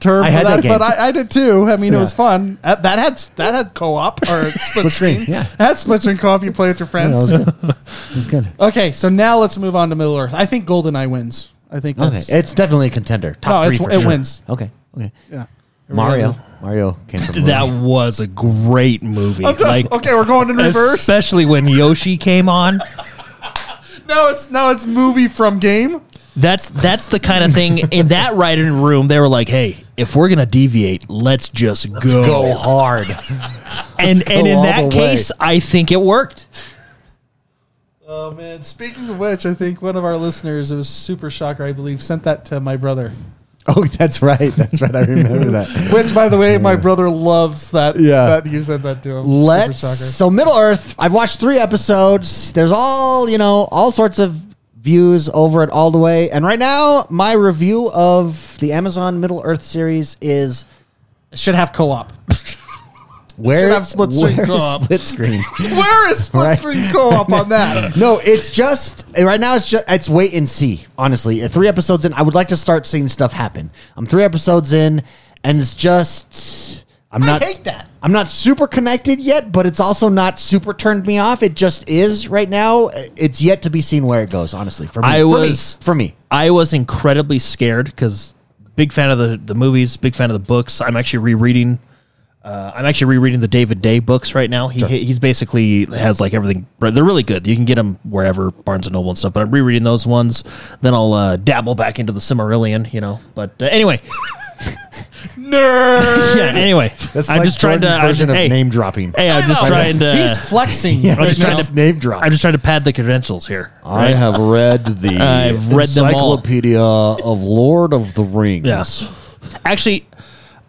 Speaker 2: term
Speaker 1: I
Speaker 2: for
Speaker 1: had
Speaker 2: that,
Speaker 1: that game.
Speaker 2: but I, I did too. I mean, it was
Speaker 1: Yeah.
Speaker 2: fun. That, that had that
Speaker 1: [LAUGHS]
Speaker 2: had co-op or split
Speaker 1: screen,
Speaker 2: screen.
Speaker 1: yeah.
Speaker 2: that split screen co-op you play with your
Speaker 1: Yeah, that was
Speaker 2: friends.
Speaker 1: good. That's
Speaker 2: [LAUGHS]
Speaker 1: good.
Speaker 2: okay, so now let's move on to Middle Earth. I think GoldenEye wins. I think
Speaker 1: Okay,
Speaker 2: that's
Speaker 1: it's definitely a contender. Top
Speaker 2: No,
Speaker 1: three
Speaker 2: it's-
Speaker 1: for
Speaker 2: it
Speaker 1: sure.
Speaker 2: wins.
Speaker 1: Okay, okay.
Speaker 2: yeah. [LAUGHS]
Speaker 1: Mario, Mario came from
Speaker 3: that
Speaker 1: Mario.
Speaker 3: was a great movie.
Speaker 2: I'm done.
Speaker 3: Like
Speaker 2: okay, we're going in reverse.
Speaker 3: especially when Yoshi came on.
Speaker 2: now it's now it's movie from game.
Speaker 3: That's that's the kind of thing in that writing room. They were like, "Hey, if we're gonna deviate, let's just go."
Speaker 1: go hard.
Speaker 3: and
Speaker 1: go
Speaker 3: and in
Speaker 1: all
Speaker 3: that
Speaker 1: the way.
Speaker 3: case, I think it worked.
Speaker 2: Oh man! Speaking of which, I think one of our listeners, it was Super Shocker, I believe, sent that to my brother.
Speaker 1: [LAUGHS] Oh, that's right. That's right. I remember that.
Speaker 2: Which, by the way, my brother loves that.
Speaker 1: Yeah.
Speaker 2: that you sent that to him. Super
Speaker 1: Let's
Speaker 2: Shocker.
Speaker 1: so Middle Earth. I've watched three episodes. There's all you know, all sorts of views over it all the way. And right now, my review of the Amazon Middle Earth series is
Speaker 2: should have co-op.
Speaker 1: where
Speaker 2: Should have split screen
Speaker 1: where is
Speaker 2: co-op.
Speaker 1: Split
Speaker 2: [LAUGHS]
Speaker 1: screen.
Speaker 2: Where is split
Speaker 1: Right.
Speaker 2: screen co-op
Speaker 1: [LAUGHS]
Speaker 2: on that?
Speaker 1: no, it's just right now. It's just it's wait and see. Honestly, Uh, three episodes in, I would like to start seeing stuff happen. I'm three episodes in, and it's just I'm not.
Speaker 2: hate that.
Speaker 1: I'm not super connected yet, but it's also not super turned me off. It just is right now. Uh, It's yet to be seen where it goes. Honestly, for me,
Speaker 3: I
Speaker 1: for
Speaker 3: was-
Speaker 1: me, for me.
Speaker 3: I was incredibly scared because big fan of the, the movies, big fan of the books. I'm actually rereading. Uh, I'm actually rereading the David Day books right now. He he- he's basically has like everything. but They're really good. You can get them wherever Barnes and Noble and stuff. But I'm rereading those ones. Then I'll uh, dabble back into the Cimmerillion, you know. But uh, anyway, nerd. [LAUGHS] yeah. Anyway, I'm just trying to. I'm, just- hey,
Speaker 1: name dropping. [LAUGHS]
Speaker 3: hey, I'm just
Speaker 2: know.
Speaker 3: trying to.
Speaker 2: He's flexing.
Speaker 3: I'm just trying to
Speaker 1: name drop.
Speaker 3: I'm just trying to pad the credentials here. right?
Speaker 1: have read the
Speaker 3: [LAUGHS] I've read them all.
Speaker 1: Encyclopedia of Lord of the Rings.
Speaker 3: Yeah. Actually,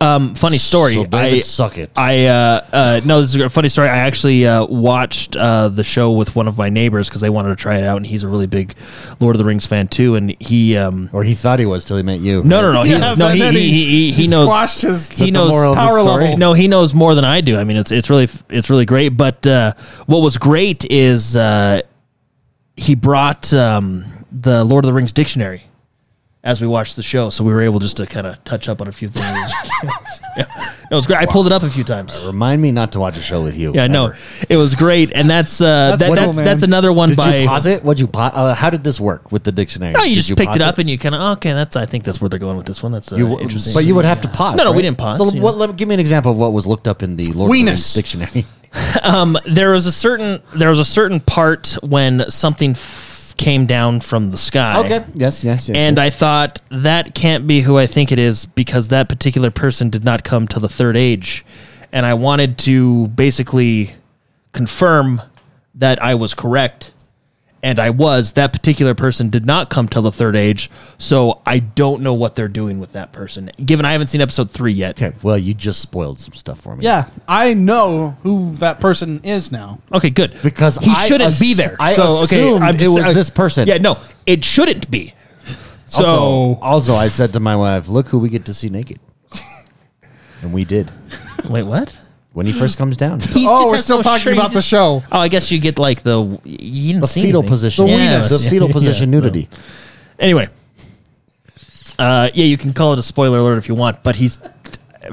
Speaker 3: um, funny story.
Speaker 1: So David
Speaker 3: I
Speaker 1: Suckett.
Speaker 3: I uh, uh, no, this is a funny story. I actually uh, watched uh, the show with one of my neighbors because they wanted to try it out, and he's a really big Lord of the Rings fan too. And he, um,
Speaker 1: Or he thought he was till he met you.
Speaker 3: no, no, no, he's,
Speaker 2: Yes,
Speaker 3: no,
Speaker 2: and
Speaker 3: he,
Speaker 2: then
Speaker 3: he,
Speaker 2: he-
Speaker 3: he, he,
Speaker 2: he
Speaker 3: knows.
Speaker 2: squashed his- Is that
Speaker 3: he
Speaker 1: the
Speaker 3: knows
Speaker 1: moral of the
Speaker 2: power
Speaker 1: story?
Speaker 2: level.
Speaker 3: no, he knows more than I do. I mean, it's it's really it's really great. But uh, what was great is uh, he brought um, the Lord of the Rings dictionary as we watched the show, so we were able just to kind of touch up on a few things. [LAUGHS] yeah. No, it's great. I pulled it up a few times.
Speaker 1: Remind me not to watch a show with you.
Speaker 3: Yeah, no,
Speaker 1: ever.
Speaker 3: it was great, and that's uh,
Speaker 2: That's
Speaker 3: that,
Speaker 2: cool,
Speaker 3: that's
Speaker 2: man.
Speaker 3: that's another one
Speaker 1: Did
Speaker 3: by.
Speaker 1: you pause it? What'd you pause? Uh, how did this work with the dictionary?
Speaker 3: No, you
Speaker 1: Did
Speaker 3: just picked
Speaker 1: pause
Speaker 3: it up and you kind of okay. That's I think that's where they're going with this one. That's uh,
Speaker 1: You,
Speaker 3: interesting.
Speaker 1: but you would have to pause.
Speaker 3: No, no, we
Speaker 1: right?
Speaker 3: didn't pause,
Speaker 1: So,
Speaker 3: yeah.
Speaker 1: what, let, give me an example of what was looked up in the Lord of the
Speaker 2: Weenus.
Speaker 1: Rings
Speaker 3: [LAUGHS]
Speaker 1: dictionary.
Speaker 3: there was a certain there was a certain part when something f- came down from the sky.
Speaker 1: Yes. Yes. Yes.
Speaker 3: And I thought that can't be who I think it is because that particular person did not come to the third age, and I wanted to basically confirm that I was correct. and I was, that particular person did not come till the third age. So I don't know what they're doing with that person, given I haven't seen episode three yet.
Speaker 1: Okay, well, you just spoiled some stuff for me.
Speaker 2: Yeah, I know who that person is now.
Speaker 3: Okay, good.
Speaker 1: Because
Speaker 3: he
Speaker 1: I
Speaker 3: shouldn't
Speaker 1: ass-
Speaker 3: be there.
Speaker 1: I
Speaker 3: so okay,
Speaker 1: assumed
Speaker 3: I'm
Speaker 1: it
Speaker 3: just-
Speaker 1: was this person.
Speaker 3: Yeah, no, it shouldn't be. So
Speaker 1: Also, Oh. also, I said to my wife, "Look who we get to see naked," and we did
Speaker 3: wait, what?
Speaker 1: when he first comes down.
Speaker 3: He's
Speaker 2: Oh,
Speaker 3: just
Speaker 2: we're
Speaker 3: has
Speaker 2: still talking
Speaker 3: shirt, he
Speaker 2: about the
Speaker 3: just-
Speaker 2: show.
Speaker 3: Oh, I guess you get like the you didn't
Speaker 1: the
Speaker 3: see
Speaker 1: fetal
Speaker 3: anything.
Speaker 1: position,
Speaker 2: The weenus.
Speaker 1: the fetal
Speaker 3: [LAUGHS] Yeah,
Speaker 1: position
Speaker 3: so-
Speaker 1: nudity.
Speaker 3: Anyway, uh, yeah, you can call it a spoiler alert if you want, but he's,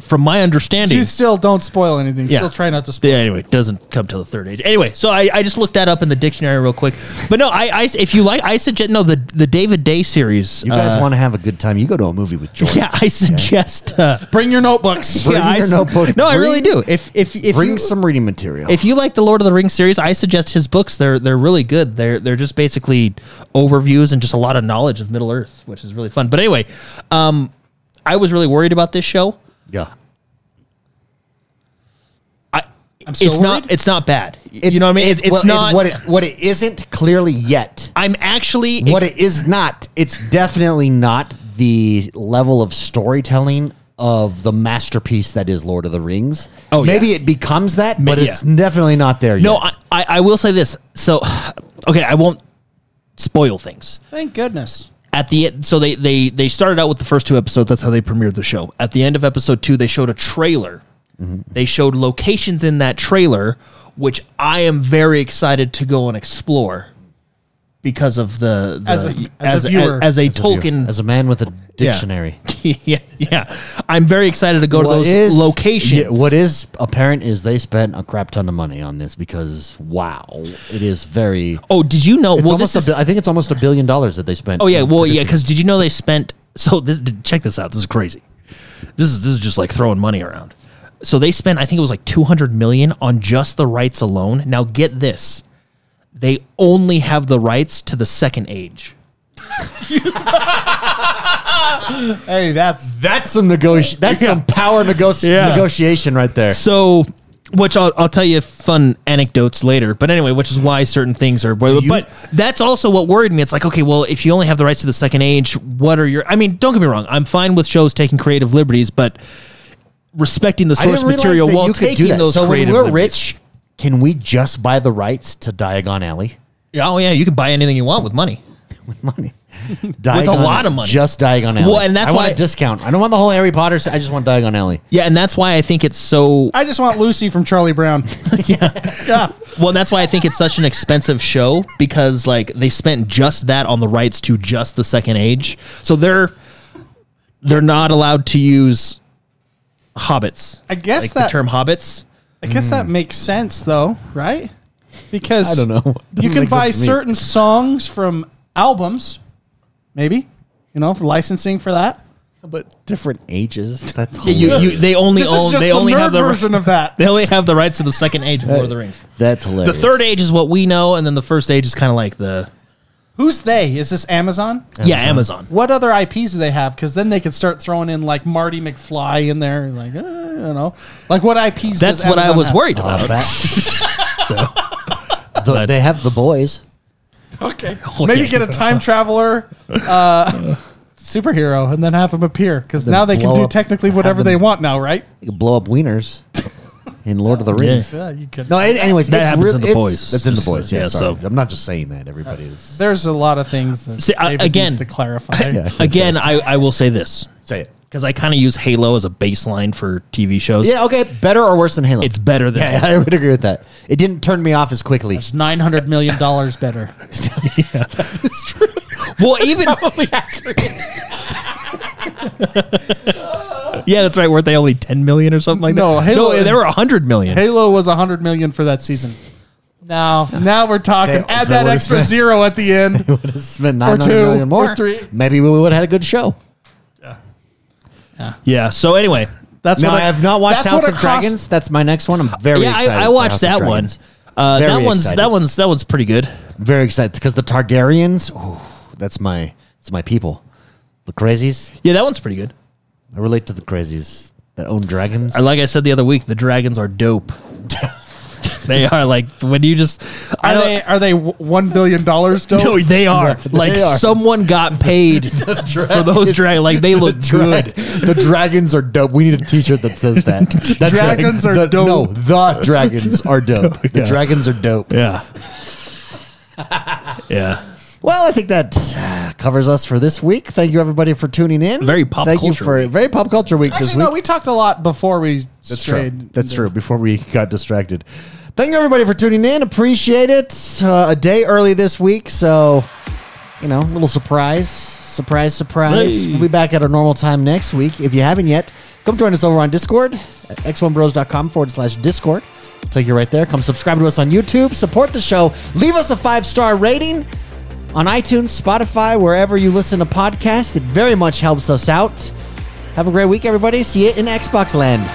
Speaker 3: from my understanding,
Speaker 2: You still don't spoil anything.
Speaker 3: Yeah.
Speaker 2: Still try not to
Speaker 3: Yeah,
Speaker 2: spoil.
Speaker 3: anyway, doesn't come till the third age. Anyway, so I, I just looked that up in the dictionary real quick. But no, I, I if you like, I suggest no the the David Day series.
Speaker 1: You guys
Speaker 3: uh,
Speaker 1: want to have a good time? You go to a movie with Jordan.
Speaker 3: [LAUGHS] Yeah, I suggest. Uh,
Speaker 2: Bring your
Speaker 3: [LAUGHS]
Speaker 2: notebooks.
Speaker 1: Bring
Speaker 3: yeah, I
Speaker 1: your
Speaker 3: s-
Speaker 1: notebook.
Speaker 3: No, I
Speaker 1: Bring-
Speaker 3: really do. If if if
Speaker 1: Bring
Speaker 3: you,
Speaker 1: some reading material.
Speaker 3: if you like the Lord of the Rings series, I suggest his books. They're they're really good. They're they're just basically overviews and just a lot of knowledge of Middle Earth, which is really fun. But anyway, um, I was really worried about this show.
Speaker 1: yeah,
Speaker 3: I,
Speaker 2: I'm still
Speaker 3: it's not
Speaker 2: worried?
Speaker 3: it's not bad. you know what I mean? It's, it's
Speaker 1: well,
Speaker 3: not
Speaker 1: what it what it isn't clearly yet.
Speaker 3: I'm actually
Speaker 1: what it is not, it's definitely not the level of storytelling of the masterpiece that is Lord of the Rings.
Speaker 3: Oh, yeah.
Speaker 1: maybe it becomes that, but
Speaker 3: yeah.
Speaker 1: it's definitely not there
Speaker 3: No,
Speaker 1: yet.
Speaker 3: I, I, I will say this. So, [SIGHS] okay, I won't spoil things.
Speaker 2: Thank goodness.
Speaker 3: At the end, so they they they started out with the first two episodes. That's how they premiered the show. At the end of episode two, they showed a trailer.
Speaker 1: Mm-hmm.
Speaker 3: They showed locations in that trailer, which I am very excited to go and explore because of the, the
Speaker 2: As a- as a viewer.
Speaker 3: as, a
Speaker 1: As a viewer-
Speaker 3: Tolkien
Speaker 1: as a man with a dictionary.
Speaker 3: [LAUGHS] yeah yeah. I'm very excited to go to
Speaker 1: What
Speaker 3: those
Speaker 1: is-
Speaker 3: locations.
Speaker 1: yeah, what is apparent is they spent a crap ton of money on this because wow, it is very.
Speaker 3: oh, did you know?
Speaker 1: It's
Speaker 3: well,
Speaker 1: almost.
Speaker 3: this
Speaker 1: a
Speaker 3: is,
Speaker 1: bi- I think it's almost a billion dollars that they spent.
Speaker 3: Oh yeah,
Speaker 1: on
Speaker 3: well yeah,
Speaker 1: producing.
Speaker 3: because did you know they spent? [LAUGHS] So this check this out. This is crazy. This is this is just like throwing money around. So they spent I think it was like two hundred million on just the rights alone. Now get this, they only have the rights to the second age.
Speaker 2: Hey, that's
Speaker 1: that's some negoti- That's some power negoti-
Speaker 3: Yeah.
Speaker 1: negotiation right there.
Speaker 3: So. Which I'll, I'll tell you fun anecdotes later, but anyway, which is why certain things are. But,
Speaker 1: you-
Speaker 3: that's also what worried me. It's like, okay, well, if you only have the rights to the second age, what are your? I mean, don't get me wrong, I'm fine with shows taking creative liberties, but respecting the
Speaker 1: I
Speaker 3: source
Speaker 1: didn't realize
Speaker 3: material
Speaker 1: that
Speaker 3: while
Speaker 1: you could do
Speaker 3: taking
Speaker 1: that.
Speaker 3: those
Speaker 1: So when
Speaker 3: creative
Speaker 1: we're
Speaker 3: liberties.
Speaker 1: rich, can we just buy the rights to Diagon Alley?
Speaker 3: Yeah, Oh yeah, you can buy anything you want with money.
Speaker 1: With money,
Speaker 3: a
Speaker 1: Diagon-
Speaker 3: lot of money.
Speaker 1: Just Diagon Alley.
Speaker 3: Well, and that's
Speaker 1: I want
Speaker 3: why-
Speaker 1: a discount. I don't want the whole Harry Potter. se- I just want Diagon Alley.
Speaker 3: Yeah, and that's why I think it's so.
Speaker 2: I just want Lucy from Charlie Brown.
Speaker 3: Well, that's why I think it's such an expensive show because like they spent just that on the rights to just the Second Age, so they're they're not allowed to use hobbits.
Speaker 2: I guess
Speaker 3: like the
Speaker 2: that-
Speaker 3: term hobbits.
Speaker 2: I guess that makes sense though, right? Because
Speaker 1: I don't know.
Speaker 2: you
Speaker 1: Doesn't
Speaker 2: can
Speaker 1: make sense
Speaker 2: buy
Speaker 1: to me.
Speaker 2: certain songs from albums, maybe. You know, for licensing for that.
Speaker 1: but different ages. That's
Speaker 3: You,
Speaker 1: hilarious.
Speaker 3: you, they only
Speaker 2: This
Speaker 3: own.
Speaker 2: is just
Speaker 3: They
Speaker 2: the
Speaker 3: only
Speaker 2: nerd
Speaker 3: have the [LAUGHS]
Speaker 2: version of that.
Speaker 3: they only have the rights to the Second Age of Lord of the Rings.
Speaker 1: That's hilarious.
Speaker 3: The third age is what we know, and then the first age is kind of like the
Speaker 2: Who's they? Is this Amazon?
Speaker 3: yeah Amazon.
Speaker 2: What other IPs do they have? Because then they could start throwing in like Marty McFly in there, like uh, you know, like what IPs?
Speaker 3: That's
Speaker 2: does
Speaker 3: what I
Speaker 2: Amazon
Speaker 3: was
Speaker 2: have?
Speaker 3: worried about. [LAUGHS]
Speaker 1: Uh, that- The- they have the boys.
Speaker 3: [LAUGHS]
Speaker 2: Okay, maybe get
Speaker 1: [LAUGHS]
Speaker 2: a time traveler uh, superhero and then have him appear because
Speaker 1: Then
Speaker 2: now they can
Speaker 1: blow
Speaker 2: do
Speaker 1: up-
Speaker 2: technically
Speaker 1: have
Speaker 2: whatever
Speaker 1: them-
Speaker 2: they want now, right?
Speaker 1: They could blow up wieners in Lord of the Rings.
Speaker 2: Yeah, you could.
Speaker 1: No, it, anyways,
Speaker 3: That
Speaker 1: it's
Speaker 3: happens
Speaker 1: real-
Speaker 3: in The
Speaker 1: it's-
Speaker 3: Boys.
Speaker 1: That's in the
Speaker 3: Just,
Speaker 1: boys. Yeah,
Speaker 3: yeah,
Speaker 1: sorry.
Speaker 3: so-
Speaker 1: I'm not just saying that. Everybody is.
Speaker 2: There's a lot of things. That
Speaker 3: See, I-
Speaker 2: David
Speaker 1: [LAUGHS]
Speaker 3: again-
Speaker 2: needs to clarify.
Speaker 1: Yeah.
Speaker 3: Again, I, I will say this
Speaker 1: Say it.
Speaker 3: because I kind of use Halo as a baseline for TV shows.
Speaker 1: Yeah, okay. Better or worse than Halo?
Speaker 3: It's better
Speaker 1: [LAUGHS]
Speaker 3: than
Speaker 1: Yeah, I would agree with that. It didn't turn me off as quickly.
Speaker 2: It's nine hundred million dollars better.
Speaker 3: well,
Speaker 1: [LAUGHS]
Speaker 3: even yeah, that's right. Weren't they only ten million or something like that?
Speaker 2: No, Halo
Speaker 3: no,
Speaker 2: is-
Speaker 3: they were hundred million.
Speaker 2: Halo was hundred million for that season. Now, now we're talking.
Speaker 1: They-
Speaker 2: Add
Speaker 1: they
Speaker 2: that
Speaker 1: would've
Speaker 2: extra
Speaker 1: spent-
Speaker 2: zero at
Speaker 1: [LAUGHS]
Speaker 2: the end.
Speaker 1: would have spent
Speaker 2: Or
Speaker 1: nine
Speaker 2: two,
Speaker 1: hundred million more.
Speaker 2: or three.
Speaker 1: Maybe we would have had a good show.
Speaker 3: Yeah. So anyway,
Speaker 2: That's
Speaker 1: no,
Speaker 2: what
Speaker 1: I have not watched
Speaker 2: that's
Speaker 1: House
Speaker 2: what
Speaker 1: of
Speaker 2: it cost-
Speaker 1: Dragons. That's my next one. I'm very
Speaker 3: yeah,
Speaker 1: excited.
Speaker 3: I, I
Speaker 1: for
Speaker 3: watched
Speaker 1: House of
Speaker 3: that one.
Speaker 1: Dragons.
Speaker 3: Uh,
Speaker 1: Very
Speaker 3: that one's that
Speaker 1: excited.
Speaker 3: one's that one's pretty good.
Speaker 1: Very excited because the Targaryens. ooh, that's my that's my people. The crazies.
Speaker 3: Yeah, that one's pretty good. Uh,
Speaker 1: I relate to the crazies that own dragons. [LAUGHS]
Speaker 3: Like I said the other week, the dragons are dope. They are like when you just I
Speaker 2: Are
Speaker 3: don't-
Speaker 2: they are they w- one billion dollars?
Speaker 3: [LAUGHS] No,
Speaker 1: [LAUGHS]
Speaker 3: they are. like
Speaker 1: are.
Speaker 3: someone got
Speaker 1: [LAUGHS]
Speaker 3: paid for those drag. Like they look good.
Speaker 1: The dragons are dope. We need a T-shirt that says
Speaker 3: [LAUGHS]
Speaker 1: that. That's
Speaker 2: Dragons
Speaker 1: like
Speaker 2: are
Speaker 1: the-
Speaker 2: dope.
Speaker 1: No, the dragons are dope. The
Speaker 3: [LAUGHS] Yeah.
Speaker 1: dragons are dope. [LAUGHS]
Speaker 3: Yeah. yeah.
Speaker 1: Well, I think that uh, covers us for this week. Thank you, everybody, for tuning in.
Speaker 3: Very pop
Speaker 1: Thank
Speaker 3: culture
Speaker 1: you for
Speaker 3: week.
Speaker 1: very pop culture week this
Speaker 2: Actually,
Speaker 1: week.
Speaker 2: no. We talked a lot before we
Speaker 1: That's
Speaker 2: strayed.
Speaker 1: true. That's true. Before we got distracted. Thank you, everybody, for tuning in. Appreciate it. Uh, a day early this week, so you know, little surprise, surprise, surprise.
Speaker 3: Hey.
Speaker 1: We'll be back at our normal time next week. If you haven't yet, come join us over on Discord at x1bros.com forward slash Discord. Take you right there. Come subscribe to us on YouTube. Support the show. Leave us a five star rating on iTunes, Spotify, wherever you listen to podcasts. It very much helps us out. Have a great week, everybody. See you in Xbox Land.